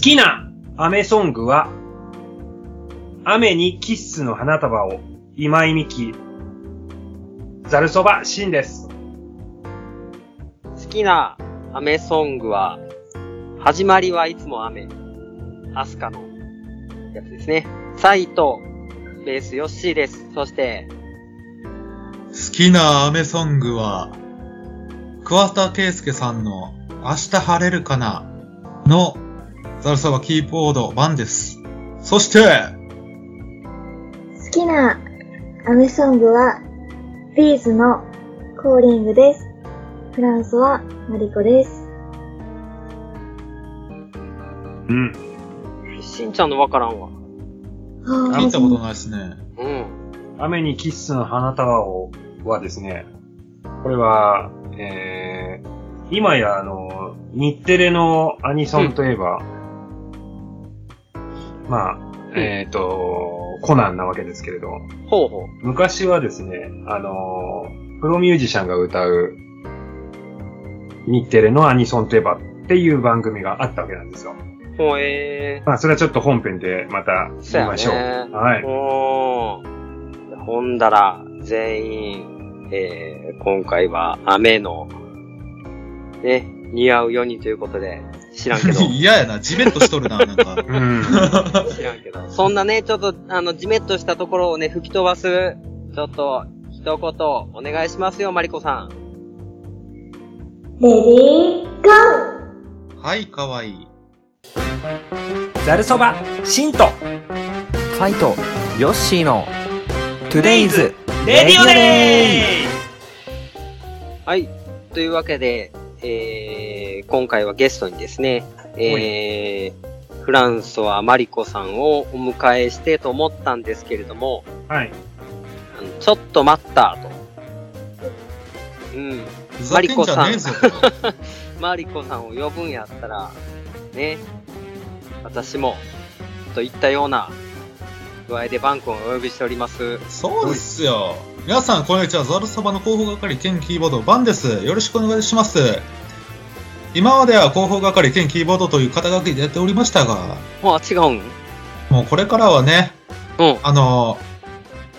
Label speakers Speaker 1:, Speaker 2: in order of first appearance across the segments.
Speaker 1: きなアメソングは、雨にキッスの花束を、今井美樹、ザルそばシンです。
Speaker 2: 好きな雨ソングは、始まりはいつも雨。アスカのやつですね。サイト、ベースヨッシーです。そして、
Speaker 3: 好きなアメソングは、桑田佳祐さんの明日晴れるかなのザルそばキーボード版です。そして、
Speaker 4: 好きなアメソングは、ビーズのコーリングです。フランスはマリコです。
Speaker 1: うん。
Speaker 2: しんちゃんのわからんわ。
Speaker 4: あ
Speaker 3: 聞いたことないですね。。
Speaker 2: うん。
Speaker 1: 雨にキッスの花束をはですね、これは、えー、今やあの、日テレのアニソンといえば、まあ、
Speaker 2: ん
Speaker 1: えっ、と、コナンなわけですけれど、
Speaker 2: ほうほう。
Speaker 1: 昔はですね、あの、プロミュージシャンが歌う、日テレのアニソンといえばっていう番組があったわけなんですよ。
Speaker 2: ほえ
Speaker 1: まあ、それはちょっと本編でまた
Speaker 2: そう
Speaker 1: 見
Speaker 2: や
Speaker 1: ま
Speaker 2: ね
Speaker 1: しょう。は
Speaker 2: ー。
Speaker 1: い。
Speaker 2: ほー。ほんだら、全員、えー、今回は雨の、ね、似合う4人ということで、知らんけど
Speaker 3: 嫌やな、じめっとしとるな、なんか。
Speaker 1: うん。
Speaker 2: 知らんけど。そんなね、ちょっと、あの、じめっとしたところをね、吹き飛ばす、ちょっと、一言、お願いしますよ、マリコさん。
Speaker 4: レディーゴー
Speaker 3: はい、かわいい。
Speaker 5: ざるそばしんと
Speaker 6: ファイトヨッシーの
Speaker 5: トゥデイズレディオデイ
Speaker 2: はい。というわけで、えー、今回はゲストにですね、えー、フランソワマリコさんをお迎えしてと思ったんですけれども、
Speaker 1: はい。
Speaker 2: あのちょっと待った、と。うん。
Speaker 3: ふざけんじゃねえぞ。
Speaker 2: マリコさんを呼ぶんやったら、ね、私も、といったような具合でバン君をお呼びしております。
Speaker 3: そうですよ。皆さん、こんにちは。ザルそばの広報係兼キーボード、バンです。よろしくお願いします。今までは広報係兼キーボードという肩書きでやっておりましたが、
Speaker 2: あ、違うん
Speaker 3: もうこれからはね、
Speaker 2: うん。
Speaker 3: あの、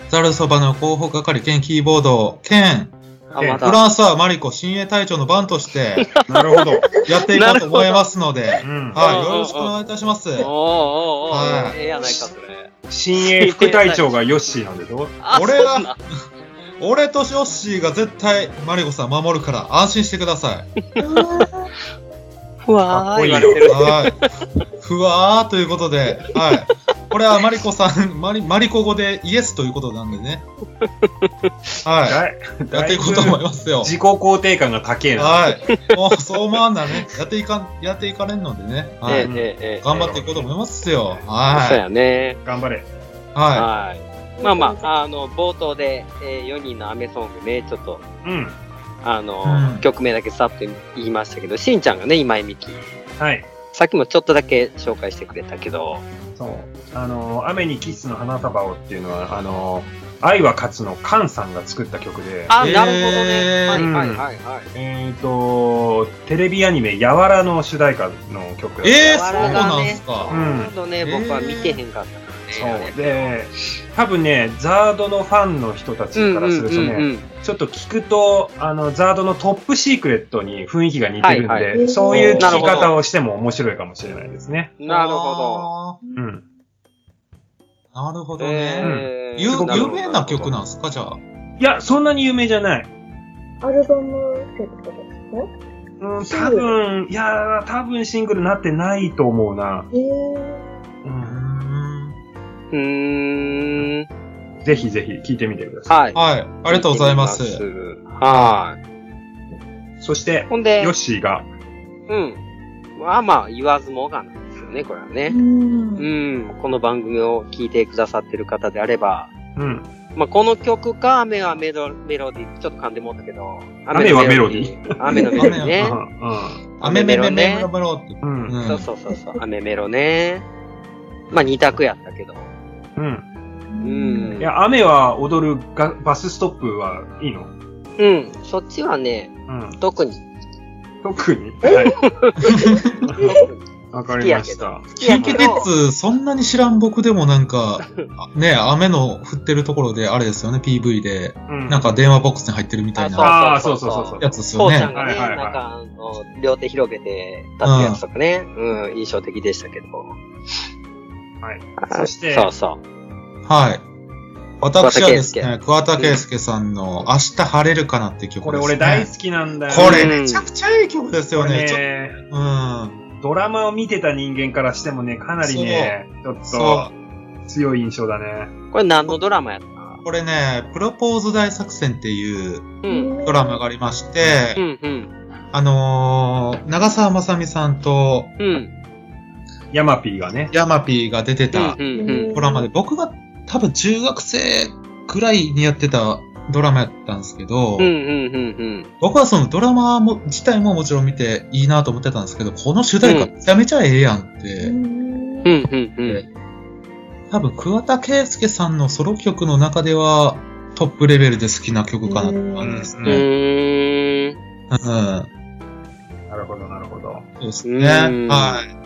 Speaker 3: ザルそばの広報係兼キーボード兼、
Speaker 2: あ、
Speaker 1: え
Speaker 2: ま
Speaker 3: フ
Speaker 2: た。
Speaker 3: ランスはマリコ親衛隊長の番 として
Speaker 1: なるほど。、
Speaker 3: やっていこうと思いますので
Speaker 1: うん。
Speaker 3: はい、
Speaker 2: うんうんうん
Speaker 3: よろしくお願いいたします。
Speaker 2: おーおーお
Speaker 3: は
Speaker 2: ー
Speaker 3: い
Speaker 2: ええやないか、それ。
Speaker 1: 新鋭副隊長がヨッシーなんでしょ
Speaker 2: あ、
Speaker 3: 俺は
Speaker 2: そうなん
Speaker 3: 俺とヨッシーが絶対マリコさん守るから安心してください。
Speaker 2: ふ
Speaker 1: か
Speaker 2: わ
Speaker 1: っ
Speaker 2: ー
Speaker 1: こいい
Speaker 2: 言
Speaker 1: よ
Speaker 2: われてる。
Speaker 3: はい。ふわーということで、はい。これはマリコさん、 マリマリコ語でイエスということなんでね。は
Speaker 1: だい
Speaker 3: い。やっていこうと思
Speaker 1: だ
Speaker 3: い
Speaker 1: い
Speaker 3: ます
Speaker 1: ぶ
Speaker 3: よ。
Speaker 1: 自己肯定感が高えな。
Speaker 3: はい。もうそう思わんなね。やっていかん、やっていかれんのでね。
Speaker 2: え
Speaker 3: は
Speaker 2: え
Speaker 3: い。
Speaker 2: ええええ。
Speaker 3: 頑張っていこうと思いますよ。
Speaker 2: そう
Speaker 3: は
Speaker 2: やね。
Speaker 1: 頑張れ。
Speaker 3: い。は
Speaker 2: はい。 まあまあ、あの、冒頭で、え4人のアメソングね、ちょっと、
Speaker 1: うん。
Speaker 2: あの、
Speaker 3: うん
Speaker 2: 曲名だけさっと言いましたけど、しんちゃんがね、今井美樹。
Speaker 1: はい。
Speaker 2: さっきもちょっとだけ紹介してくれたけど、
Speaker 1: そう。あの、雨にキスの花束をっていうのは、あの、愛は勝つのカンさんが作った曲で、
Speaker 2: あ、
Speaker 3: えー
Speaker 2: なるほどね。はい
Speaker 1: うん
Speaker 2: はいはいはい。
Speaker 1: えっ、と、テレビアニメ、やわらの主題歌の曲
Speaker 3: い。えー、
Speaker 2: 柔
Speaker 3: そう
Speaker 2: らかね
Speaker 3: なんですか。
Speaker 1: うん
Speaker 2: なるほどね、
Speaker 3: うん
Speaker 2: 僕は見てへんかったからね
Speaker 1: そう。。で、多分ね、ザードのファンの人た
Speaker 2: うん
Speaker 1: ちからするとね、
Speaker 2: うんうんうん
Speaker 1: ちょっと聞くと、あの、ザードのトップシークレットに雰囲気が似てるんで、
Speaker 2: はい
Speaker 4: はい
Speaker 1: そういう聞き方をしても面白いかもしれないですね。
Speaker 2: なるほ
Speaker 1: うん。
Speaker 3: ど。なるほ
Speaker 2: ど。
Speaker 3: どね。
Speaker 2: えー
Speaker 3: ゆ
Speaker 1: すごく
Speaker 3: 有名な曲なん
Speaker 2: る
Speaker 3: ですかじゃあ。
Speaker 1: いや、そんなに有名じゃない。
Speaker 4: アルバムってことです
Speaker 1: う
Speaker 4: か
Speaker 1: ん、多分、いやー、多分シングルなってないと思うな。
Speaker 4: えー、
Speaker 1: う
Speaker 3: うー
Speaker 1: ん、
Speaker 3: ん
Speaker 2: ほどうーん。
Speaker 1: ぜひぜひ聞いてみてくださ。
Speaker 2: はい。
Speaker 3: はい。ありがとうございます。
Speaker 2: 見てみますはい
Speaker 1: そして
Speaker 2: い。、ほんで
Speaker 1: ヨッ、シーが、
Speaker 2: うん。まあまあ、言わずもがなんですよね、これはね。
Speaker 4: ん
Speaker 2: うん。この番組を聞いてくださってる方であれば、
Speaker 1: うん、
Speaker 2: まあ、この曲か、雨はメロメロディー、ちょっと噛んでもったけど、
Speaker 1: 雨はメロディ
Speaker 2: ー。雨のメロディーね
Speaker 1: う。ん、
Speaker 3: あめめめめ
Speaker 2: ね
Speaker 3: めめろって。
Speaker 1: うん、うん、
Speaker 3: うん
Speaker 2: そうそうそうそう、雨メロね。まあ、二択やったけど。
Speaker 1: うん。
Speaker 2: うん。
Speaker 1: いや、雨は踊るがバスストップはいいの
Speaker 2: うん。そっちはね、
Speaker 1: うん、
Speaker 2: 特に。
Speaker 1: 特に。はい。
Speaker 2: 特に
Speaker 1: わかりました。
Speaker 2: 好きやけ
Speaker 3: 近畿
Speaker 2: ど
Speaker 3: 鉄、そんなに知らん僕でもなんか、ね、雨の降ってるところで、あれですよね、PV で、
Speaker 1: うん
Speaker 3: なんか電話ボックスに入ってるみたいな
Speaker 1: あーそうそうそうそう
Speaker 3: やつですよ
Speaker 2: 父ちゃ
Speaker 3: ね
Speaker 2: ん。がね、
Speaker 1: はいはいはい
Speaker 2: なんか、あの、両手広げて立ってるやつとかね、うん、印象的でしたけど。
Speaker 1: はい。そして
Speaker 2: そうそう。
Speaker 3: はい。私はですね、桑
Speaker 2: 田
Speaker 3: 田
Speaker 2: 佳
Speaker 3: 佳祐さんの明日晴れるかなって曲です、ね。
Speaker 1: これ俺大好きなんだよ。
Speaker 3: これ
Speaker 2: うん
Speaker 3: めちゃくちゃいい曲です
Speaker 1: こ
Speaker 3: よ
Speaker 1: れ
Speaker 3: ね。ちょ
Speaker 1: ね、
Speaker 3: うん。
Speaker 1: ドラマを見てた人間からしてもね、かなりね、ちょっ
Speaker 3: そ
Speaker 1: と強い印象だね。
Speaker 2: これ何のドラマやった
Speaker 3: う。これね、プロポーズ大作戦っていう
Speaker 2: うん。
Speaker 3: ドラマがありまし
Speaker 2: う
Speaker 3: て、
Speaker 2: ん、うん、
Speaker 3: あのー、長澤まさみさんと
Speaker 2: うん。
Speaker 1: ヤマピーがね。
Speaker 3: ヤマピーが出てた
Speaker 2: うん、うん、
Speaker 3: ドラマで、僕が多分中学生くらいにやってたドラマやったんですけど、
Speaker 2: うん。うん、うん、
Speaker 3: 僕はそのドラマも自体ももちろん見ていいなと思ってたんですけど、この主題歌めちゃめちゃええやんって、
Speaker 2: うん。うん、うん、うん。
Speaker 3: 多分桑田佳祐さんのソロ曲の中ではトップレベルで好きな曲かなって感じです
Speaker 2: う
Speaker 3: ね。
Speaker 2: ーん。
Speaker 3: うん。そう
Speaker 1: なるほど、なるほど。
Speaker 3: です
Speaker 2: うん
Speaker 3: ね。はい。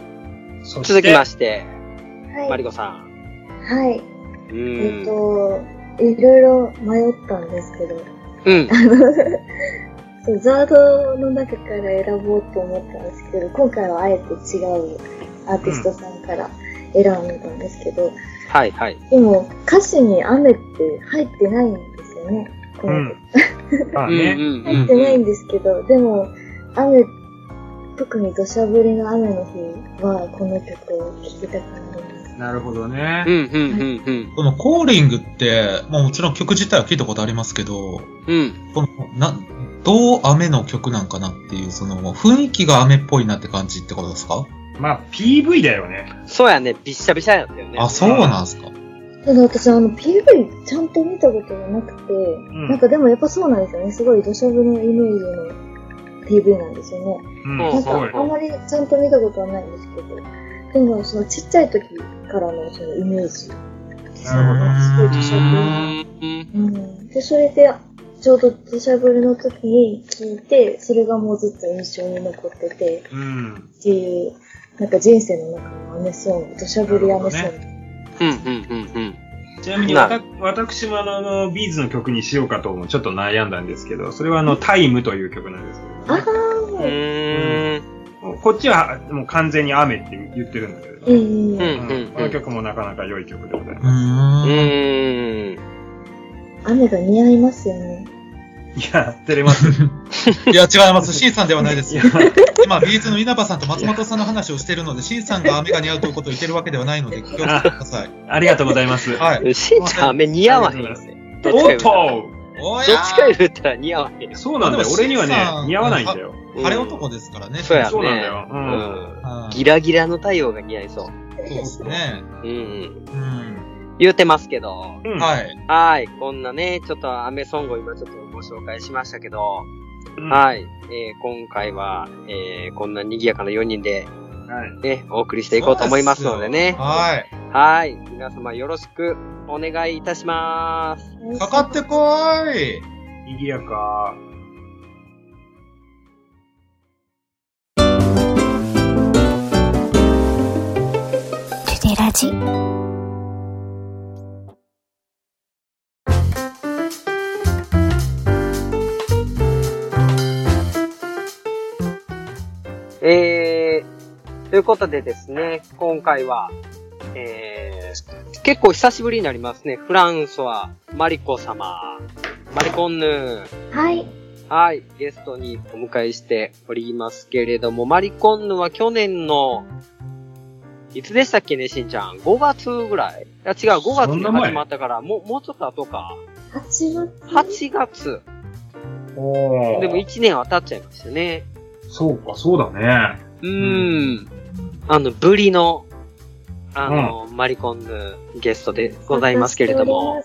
Speaker 1: そ
Speaker 2: 続きま
Speaker 1: し
Speaker 2: して、マ
Speaker 4: は
Speaker 2: リ
Speaker 4: い。
Speaker 2: コさん。
Speaker 4: はい。
Speaker 2: う
Speaker 4: えっ
Speaker 2: ん。
Speaker 4: と、いろいろ迷ったんですけど、
Speaker 2: うん。
Speaker 4: そうザードの中から選ぼうと思ったんですけど、今回はあえて違うアーティストさんから選んだんですけど、
Speaker 2: はい、はい。
Speaker 4: でも歌詞に雨って入ってないんですよね。こ
Speaker 1: う
Speaker 4: の
Speaker 1: ん。まあ
Speaker 2: うん、
Speaker 1: ね。
Speaker 2: うん、う
Speaker 4: 入
Speaker 2: ん
Speaker 4: ってないんですけど、でも、雨、特に土砂降りの雨の日は、この曲を聴きたくなります。
Speaker 1: なるほどね。
Speaker 2: うん、うん、うん、
Speaker 3: このコーリングって、まあもちろん曲自体は聞いたことありますけど、
Speaker 2: うん。
Speaker 3: この、な、どう雨の曲なんかなっていう、その、雰囲気が雨っぽいなって感じってことですか、
Speaker 1: まあ、PV だよね。
Speaker 2: そうやね、びっしゃびしゃやったよね。
Speaker 3: あ、そうなんですか
Speaker 4: ただ私、あの、PV ちゃんと見たことがなくて、
Speaker 1: ん
Speaker 4: なんかでもやっぱそうなんですよね。すごい土砂降りのイメージの PV なんですよね。
Speaker 1: うん、
Speaker 4: なん
Speaker 1: す
Speaker 4: か
Speaker 1: ごい。
Speaker 4: あんまりちゃんと見たことはないんですけど、でもそのちっちゃい時からのそのイメージ。
Speaker 1: な
Speaker 4: るほどすごい土砂降
Speaker 2: うん。
Speaker 4: うん。で、それで、ちょうど土砂降りの時に聞いて、それがもうずっと印象に残ってて、
Speaker 1: うん。
Speaker 4: っていう、なんか人生の中のアメソング、土砂降りアメソン
Speaker 1: な
Speaker 4: グ
Speaker 1: る。
Speaker 2: うん、うん、うん、うん。
Speaker 1: ちなみに
Speaker 2: な
Speaker 1: わた、私もあのあの、ビーズの曲にしようかと思う。ちょっと悩んだんですけど、それはあの、タイムという曲なんですけど、ね、
Speaker 4: ああ
Speaker 2: うー
Speaker 4: ー、
Speaker 2: ん。
Speaker 1: もうこっちはもう完全に雨って言ってるんだけれど、
Speaker 4: ええ
Speaker 2: うん
Speaker 1: うんこの曲もなかなか良い曲でございう
Speaker 3: ー。
Speaker 1: ま
Speaker 2: うんーん。
Speaker 4: 雨が似合いますよね。
Speaker 1: す。いや、照れます。
Speaker 3: いや、違います。シンさんではないです
Speaker 1: いや
Speaker 3: よ。、 今、ビーズの稲葉さんと松本さんの話をしているので、シンさんが雨が似合うということを言ってるわけではないので、気をつけてください。
Speaker 1: ありがとうございます。
Speaker 3: はい。
Speaker 2: しんちゃん、雨似合わへんよね。どっちか
Speaker 1: お
Speaker 2: 言
Speaker 1: っ
Speaker 2: う
Speaker 1: と
Speaker 2: たら
Speaker 3: お
Speaker 2: どっちか言ったら似合わへんよ。
Speaker 1: そうなんだ
Speaker 3: で
Speaker 1: よ。
Speaker 3: も
Speaker 1: 俺には
Speaker 3: シンさ
Speaker 1: ね、
Speaker 3: ん
Speaker 1: 似合わないんだよ。
Speaker 3: 晴れ男ですからね。
Speaker 2: そうやね。
Speaker 1: そうなんだよう
Speaker 2: うんん。
Speaker 3: うん
Speaker 2: ギラギラの太陽が似合いそう。
Speaker 3: そうですね。
Speaker 2: うんうん。
Speaker 3: うん。
Speaker 2: 言うてますけど。
Speaker 1: うん。い。
Speaker 3: はい。
Speaker 2: はい。こんなね、ちょっと雨ソングを今ちょっとご紹介しましたけど。
Speaker 1: は
Speaker 2: はい。えー今回は、えーこんな賑やかな4人で
Speaker 1: い。
Speaker 2: ね、お送りしていこうと思いますのでね。
Speaker 3: はい。
Speaker 2: はい。皆様よろしくお願いいたします。
Speaker 3: かかってこーい。
Speaker 1: 賑やか。
Speaker 7: テテラジ
Speaker 2: えー、ということでですね、今回は、えー、結構久しぶりになりますね。フランソワ、マリコ様、マリコンヌー。
Speaker 4: はい。
Speaker 2: はい、ゲストにお迎えしておりますけれども、マリコンヌは去年の、いつでしたっけね、しんちゃん。5月ぐらいいや違う、5月
Speaker 1: そん
Speaker 2: に
Speaker 1: な前
Speaker 2: 始まったから、もう、もうちょっと後か。
Speaker 4: 8月。
Speaker 2: 8月。
Speaker 1: お
Speaker 2: でも1年は経っちゃいましたね。
Speaker 1: そうか、そうだね。
Speaker 2: うーん。あの、ブリの、あの、マリコンヌゲストでございますけれども、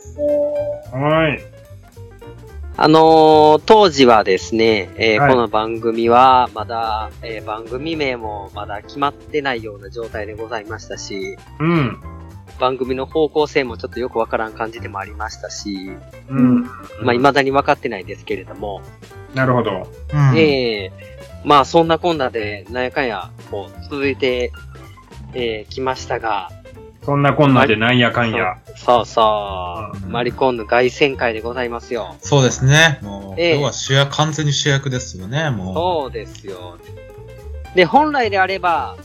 Speaker 1: はい。
Speaker 2: あのー当時はですね、えー
Speaker 1: はい
Speaker 2: この番組はまだ、えー番組名もまだ決まってないような状態でございましたし、
Speaker 1: うん。
Speaker 2: 番組の方向性もちょっとよくわからん感じでもありましたし、
Speaker 1: うん。
Speaker 2: まあ、未だに分かってないですけれども、
Speaker 1: なるほど。
Speaker 3: うん。
Speaker 2: ええまあそんなこんなで、なんやかんや、もう続いてえー、来ましたが、
Speaker 1: そんなこんなでなんやかんや。
Speaker 2: そうそう、
Speaker 1: うん
Speaker 2: マリコンの凱旋会でございますよ。
Speaker 3: そうですね。もう、
Speaker 2: ええ
Speaker 3: 今日は主役、完全に主役ですよね、も
Speaker 2: そうですよ。で、本来であれば、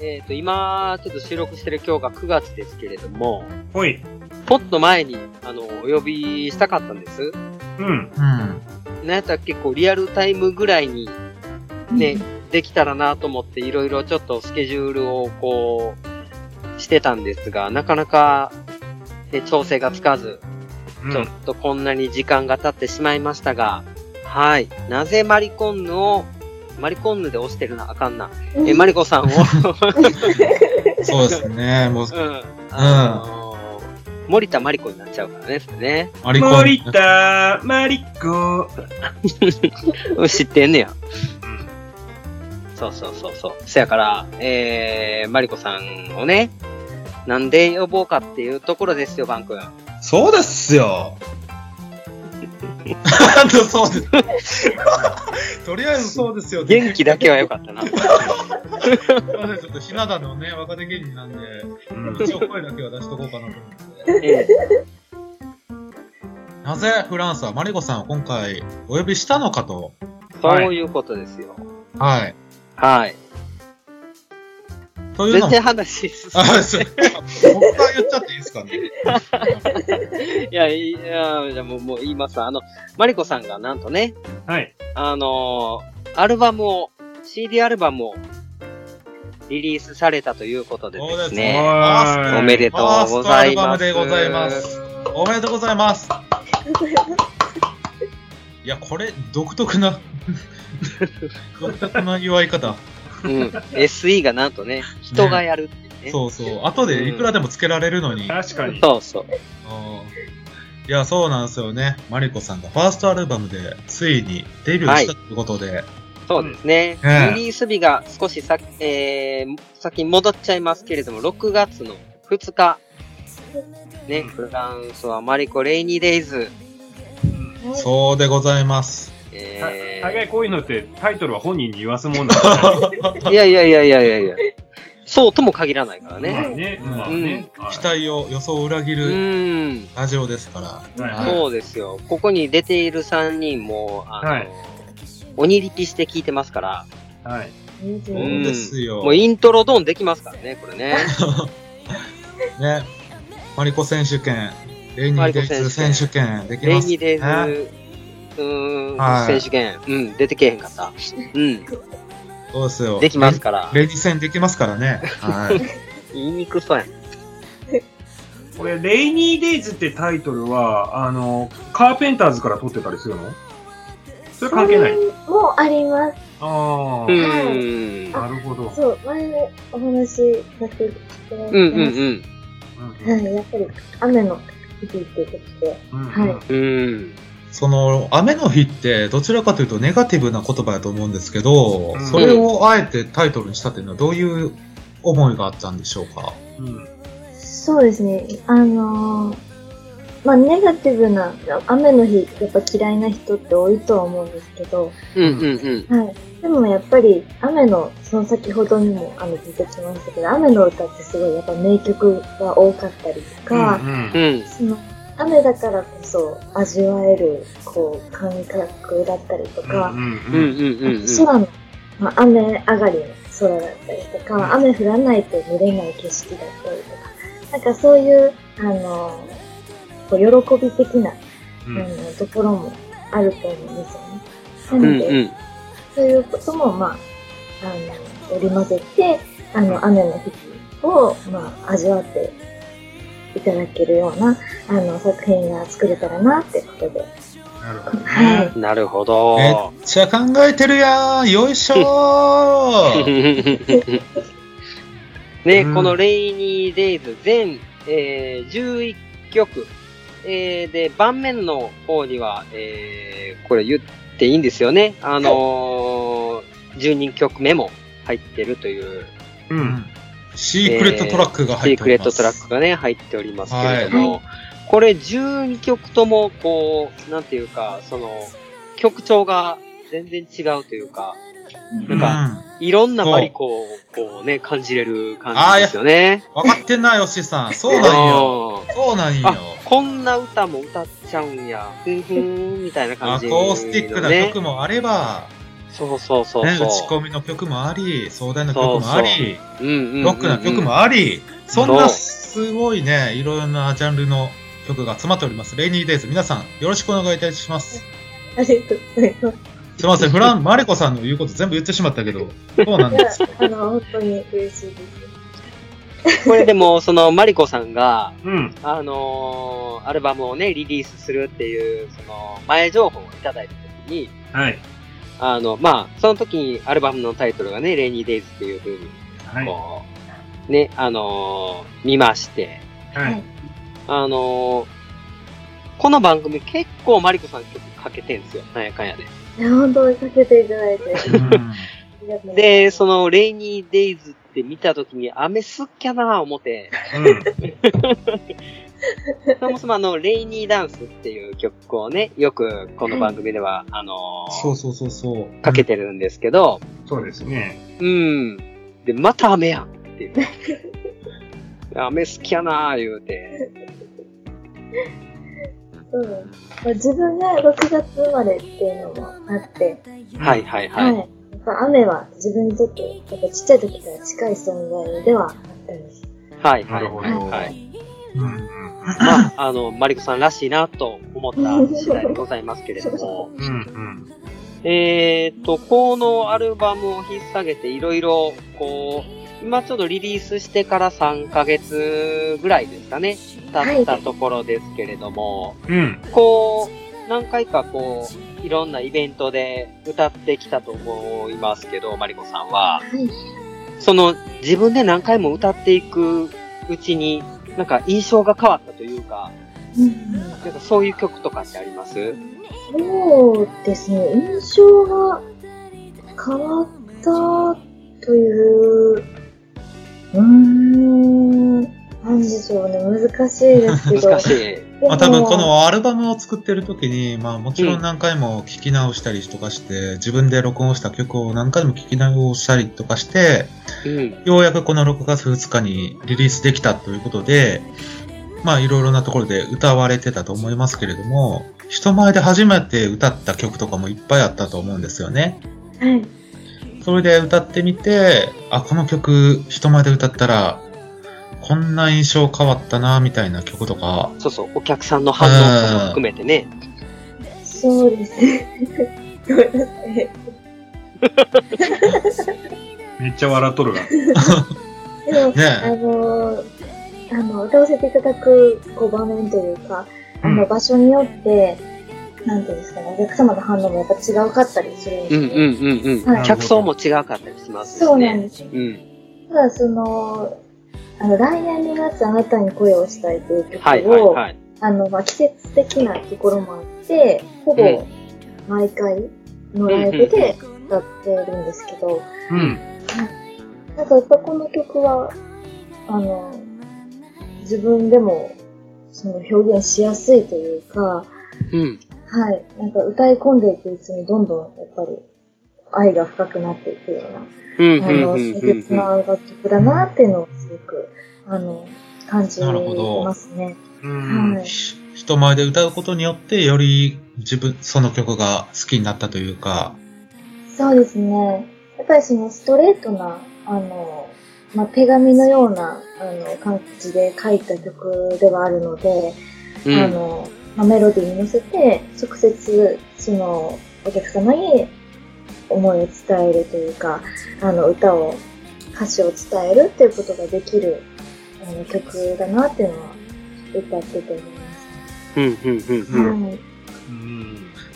Speaker 2: えっ、と、今、ちょっと収録してる今日が9月ですけれども、
Speaker 1: ほい。
Speaker 2: ポッと前に、あの、お呼びしたかったんです。
Speaker 1: うん。
Speaker 3: う。うん。
Speaker 2: なんやったら結構リアルタイムぐらいに、ね、できたらなと思って、いろいろちょっとスケジュールをこう、してたんですが、なかなか、ね、調整がつかず、
Speaker 1: う
Speaker 2: ちょっ
Speaker 1: ん。
Speaker 2: とこんなに時間が経ってしまいましたが、はい。なぜマリコンヌを、マリコンヌで押してるな、あかんな。え、マリコ さんを、
Speaker 3: そうですね。もう、
Speaker 2: うん。 あのー森田マリコになっちゃうからね、それね。
Speaker 3: マリコン。
Speaker 1: 森田、マリコ。
Speaker 2: うん知ってんねや。そうそうそうそう。せやから、えー、マリコさんをね、なんで呼ぼうかっていうところですよ、バン君。
Speaker 3: そうですよ。あとそう です。とりあえずそうですよ。
Speaker 2: 元気だけは良かった な。
Speaker 3: すいませんちょっとひな壇のね、若手芸人なんで、
Speaker 1: うん
Speaker 3: 一応声だけは出しとこうかなと思って。
Speaker 2: え
Speaker 3: なぜフランスはマリコさんを今回お呼びしたのかと。
Speaker 2: えそういうことですよ。
Speaker 3: はい。
Speaker 2: はい。
Speaker 3: という
Speaker 2: 全
Speaker 3: のも。
Speaker 2: 然話進
Speaker 3: あ
Speaker 2: む。、
Speaker 3: そう。僕が言っちゃっていいですかね。
Speaker 2: いや、いや、じゃあもう、もう言いますわ。あの、マリコさんがなんとね、
Speaker 1: はい。
Speaker 2: あのーアルバムを、CD アルバムをリリースされたということでですね。
Speaker 1: はい
Speaker 2: おめでとうござい
Speaker 3: ファーストアルバ
Speaker 2: ます。
Speaker 3: ムでございます。おめでとうござ います。いや、これ、独 特な、独特な祝い方。
Speaker 2: うん。SE がなんとね、人がやるっていうね。
Speaker 3: そうそう。後でいくらでもつけられるのに。あ
Speaker 1: 確かに。
Speaker 2: そうそう。
Speaker 3: ーいや、そうなんですよね。マリコさんがファーストアルバムで、ついにデビューしたということで。
Speaker 2: そうですね。
Speaker 3: うん
Speaker 2: リリース日が少し先、えー、先に戻っちゃいますけれども、6月の2日。ね、フランスはマリコ・レイニー・デイズ。
Speaker 3: そうでございます。
Speaker 2: え
Speaker 1: 大概こういうのってタイトルは本人に言わすもんだ
Speaker 2: ー、いやいやいやいやいやいや。そうとも限らないから
Speaker 1: まあ
Speaker 2: ね。
Speaker 1: ね。
Speaker 3: うん
Speaker 1: まあね。はい
Speaker 3: 期待を予想を裏切
Speaker 2: う
Speaker 3: る
Speaker 2: ん。
Speaker 3: ラジオですから。
Speaker 1: はい
Speaker 2: そうですよ。ここに出ている3人も、あの、
Speaker 1: はい
Speaker 2: 鬼力して聞いてますから。
Speaker 1: はい。
Speaker 3: そう
Speaker 2: うん
Speaker 3: ですよ。
Speaker 2: もうイントロドンできますからね、これね。
Speaker 3: ね、マリコ選手権、レイニー・デイズ選手権でき
Speaker 2: レイ
Speaker 3: ます、
Speaker 2: ニー
Speaker 3: ね。
Speaker 2: デイズ、うーん、
Speaker 3: は
Speaker 2: 選
Speaker 3: い
Speaker 2: 手権、うん、出てけえへんかった。うん、
Speaker 3: そうですよ。
Speaker 2: できますから。
Speaker 3: レイニー戦できますからね。はい。
Speaker 2: 言いにくそうやん。
Speaker 1: これ、レイニーデイズってタイトルは、あの、カーペンターズから取ってたりするのそれ関係ない。
Speaker 4: もうあります。
Speaker 1: あ
Speaker 2: う
Speaker 1: あ、
Speaker 2: ん。
Speaker 1: なるほど。
Speaker 4: そう、前お話だけしてもらっ
Speaker 2: う
Speaker 4: た
Speaker 2: ん
Speaker 4: ん
Speaker 2: う
Speaker 4: です
Speaker 2: ん
Speaker 1: うん
Speaker 4: はい、やっぱり雨の日っていうことで、
Speaker 1: うん
Speaker 4: はい
Speaker 1: うん
Speaker 2: うん。うん。
Speaker 3: その、雨の日って、どちらかというとネガティブな言葉だと思うんですけど、
Speaker 1: うん
Speaker 3: それをあえてタイトルにしたっていうのはどういう思いがあったんでしょうか
Speaker 1: うん
Speaker 4: そうですね、あのーまあ、ネガティブな、雨の日、やっぱ嫌いな人って多いとは思うんですけど、
Speaker 2: うんうんうん。
Speaker 4: はい。でもやっぱり、雨の、その先ほどにも、あの、出てきましたけど、雨の歌ってすごい、やっぱ名曲が多かったりとか、
Speaker 1: うん
Speaker 2: うん。
Speaker 4: その、雨だからこそ味わえる、こう、感覚だったりと
Speaker 1: うん
Speaker 4: か、
Speaker 2: うんう
Speaker 1: うん
Speaker 2: んうんうん。
Speaker 4: 空の、まあ、雨上がりの空だったりとか、雨降らないと見れない景色だったりとか、なんかそういう、あの、こう喜び的な、
Speaker 1: うん
Speaker 4: あのところもあると思うんです
Speaker 2: う
Speaker 4: よね。なんので、
Speaker 2: うん。
Speaker 4: そういうことも、まあ、あの、織り交ぜて、あの、雨の日を、まあ、味わっていただけるような、あの、作品が作れたらな、ってことで。
Speaker 1: なるほど。
Speaker 4: はい。
Speaker 2: なるほど。
Speaker 3: めっちゃ考えてるやんよいしょー
Speaker 2: ね、
Speaker 1: うん
Speaker 2: このレイニーデイズ全、えー11曲、えーで、盤面の方には、えーこれ言っていいんですよね。あのー、12曲目も入ってるという、
Speaker 1: うん。
Speaker 3: シークレットトラックが
Speaker 2: シ
Speaker 3: 入っ
Speaker 2: ー
Speaker 3: て
Speaker 2: ク
Speaker 3: お
Speaker 2: レ
Speaker 3: り
Speaker 2: ッ
Speaker 3: ま
Speaker 2: ト
Speaker 3: す。
Speaker 2: トラックがね、入っておりますけれども、これ12曲とも、こう、なんていうか、その、曲調が全然違うというか、
Speaker 3: う
Speaker 2: なん
Speaker 3: ん。
Speaker 2: か、
Speaker 3: 分
Speaker 2: いろんなマリコをこうね、感じれる感じですよね。
Speaker 3: かってんな、ヨッシーさん。そうなんよ。
Speaker 2: うん
Speaker 3: そうなんよ
Speaker 2: あ。こんな歌も歌っちゃうんや、ふんふん、みたいな
Speaker 3: ア
Speaker 2: 感じ、ね。
Speaker 3: コースティックな曲
Speaker 2: も。
Speaker 3: もあれば、
Speaker 2: そうそうそうそう。
Speaker 3: ね、打ち込みの曲もあり、壮大な曲もあり、
Speaker 2: うんうんうんうん
Speaker 3: ロックな曲もあり、そんなすごいね、いろんなジャンルの曲が詰まっております。レイニーデイズ、皆さんよろしくお願いいたします。
Speaker 4: ありがとうございます。
Speaker 3: すいません、フラン、マレコさんの言うこと全部言ってしまったけど、そうなん
Speaker 4: いや
Speaker 3: ですよ。
Speaker 4: あの、本当に嬉しいです。
Speaker 2: これでも、その、マリコさんが、
Speaker 1: うん。
Speaker 2: あのーアルバムをね、リリースするっていう、その、前情報をいただいた時に、
Speaker 1: はい。
Speaker 2: あの、まあ、その時にアルバムのタイトルがね、レイニーデイズっていう風に、
Speaker 1: はい。
Speaker 2: こう、ね、あのー見まして、
Speaker 1: はい。
Speaker 2: あのーこの番組結構マリコさん曲かけてんすよ、なんやかんやで。
Speaker 4: いや、本当にかけていただいて。あ
Speaker 3: うん
Speaker 4: りがとうございます
Speaker 2: で、その、レイニーデイズって見た時に、雨すっきゃなぁ思 って、
Speaker 1: うん。
Speaker 2: そもそもあの、レイニーダンスっていう曲をね、よくこの番組では、あのー
Speaker 3: そうそうそうそう。
Speaker 2: かけてるんですけど、
Speaker 1: そうですね。
Speaker 2: うん。で、また雨やんって いう。雨好きやなぁ言うて。
Speaker 4: うんまあ、自分が6月生まれっていうのもあって、
Speaker 2: はいはいはい。
Speaker 4: やっぱ雨は自分にとってやっぱちっちゃい時から近い存在ではあったんです。
Speaker 2: はい
Speaker 1: な
Speaker 2: はい
Speaker 1: るほ
Speaker 2: は
Speaker 1: ど。
Speaker 2: い、はい。
Speaker 1: うんうん
Speaker 2: まあ、あの、マリコさんらしいなと思った次第でございますけれど も。
Speaker 1: うんうん。
Speaker 2: えーっと、このアルバムを引っ提げていろいろ、こう、今ちょっとリリースしてから3ヶ月ぐらいですかね、経ったところですけれども、
Speaker 1: うん。
Speaker 2: こう、何回かこう、いろんなイベントで歌ってきたと思いますけど、マリコさんは。
Speaker 4: はい。
Speaker 2: その、自分で何回も歌っていくうちに、なんか印象が変わったというか、
Speaker 4: うん
Speaker 2: なんかそういう曲とかってあります
Speaker 4: そうですね、印象が変わったという、うーん、なんでしょうね、難しいですけど。
Speaker 2: 難しい。
Speaker 4: でも
Speaker 3: まあ多分このアルバムを作ってる時に、まあもちろん何回も聴き直したりとかして、自分で録音した曲を何回も聴き直したりとかして、
Speaker 2: うん。
Speaker 3: ようやくこの6月2日にリリースできたということで、まあいろいろなところで歌われてたと思いますけれども、人前で初めて歌った曲とかもいっぱいあったと思うんですよね。
Speaker 4: はい。
Speaker 3: それで歌ってみて、あ、この曲人前で歌ったら、こんな印象変わったな、みたいな曲とか、
Speaker 2: そうそう、お客さんの反応とかも含めてね。
Speaker 4: そうですね。ごめんなさい。
Speaker 1: めっちゃ笑っとるが。
Speaker 4: でも、
Speaker 3: ね
Speaker 4: あのーあの、歌わせていただくこう場面というか、あの、場所によって、なんていうんですかね、お客様の反応もやっぱ違うかったりするん
Speaker 2: う
Speaker 4: で
Speaker 2: ん
Speaker 4: す
Speaker 2: うん
Speaker 4: ね。
Speaker 2: うんう
Speaker 4: は
Speaker 2: ん。
Speaker 4: い
Speaker 2: 客層も違うかったりします
Speaker 4: そうなん
Speaker 2: ね。
Speaker 4: ですよ。
Speaker 2: うん。
Speaker 4: ただ、その、あの、来年2月あなたに声をしたいという曲を、
Speaker 2: はいはいはい。
Speaker 4: あの、まあ、季節的なところもあって、ほ
Speaker 2: う
Speaker 4: ぼ
Speaker 2: ん
Speaker 4: 毎回のライブで歌ってるんですけど、
Speaker 1: うん。
Speaker 4: なんかやっぱこの曲は、あの、自分でも、その表現しやすいというか、
Speaker 2: うん。
Speaker 4: はい。なんか歌い込んでいくうちにどんどんやっぱり愛が深くなっていくような、
Speaker 2: うん
Speaker 4: あ
Speaker 2: うん
Speaker 4: の、
Speaker 2: うん
Speaker 4: 清
Speaker 2: うん
Speaker 4: 潔な楽曲だなっていうのをすごく、あの、感じ
Speaker 3: なるほど
Speaker 4: ますね。
Speaker 1: うん。
Speaker 4: はい。
Speaker 3: 人前で歌うことによって、より自分、その曲が好きになったというか、
Speaker 4: そうですね。やっぱりそのストレートな、あの、まあ、手紙のような、あの、感じで書いた曲ではあるので、
Speaker 2: う
Speaker 4: あ
Speaker 2: ん。
Speaker 4: の、まあメロディーに乗せて、直接、その、お客様に思いを伝えるというか、あの、歌を、歌詞を伝えるっていうことができる、あの、曲だなっていうのは、歌ってて思います。
Speaker 2: うんうんうん
Speaker 1: うん
Speaker 4: はい。
Speaker 1: うん。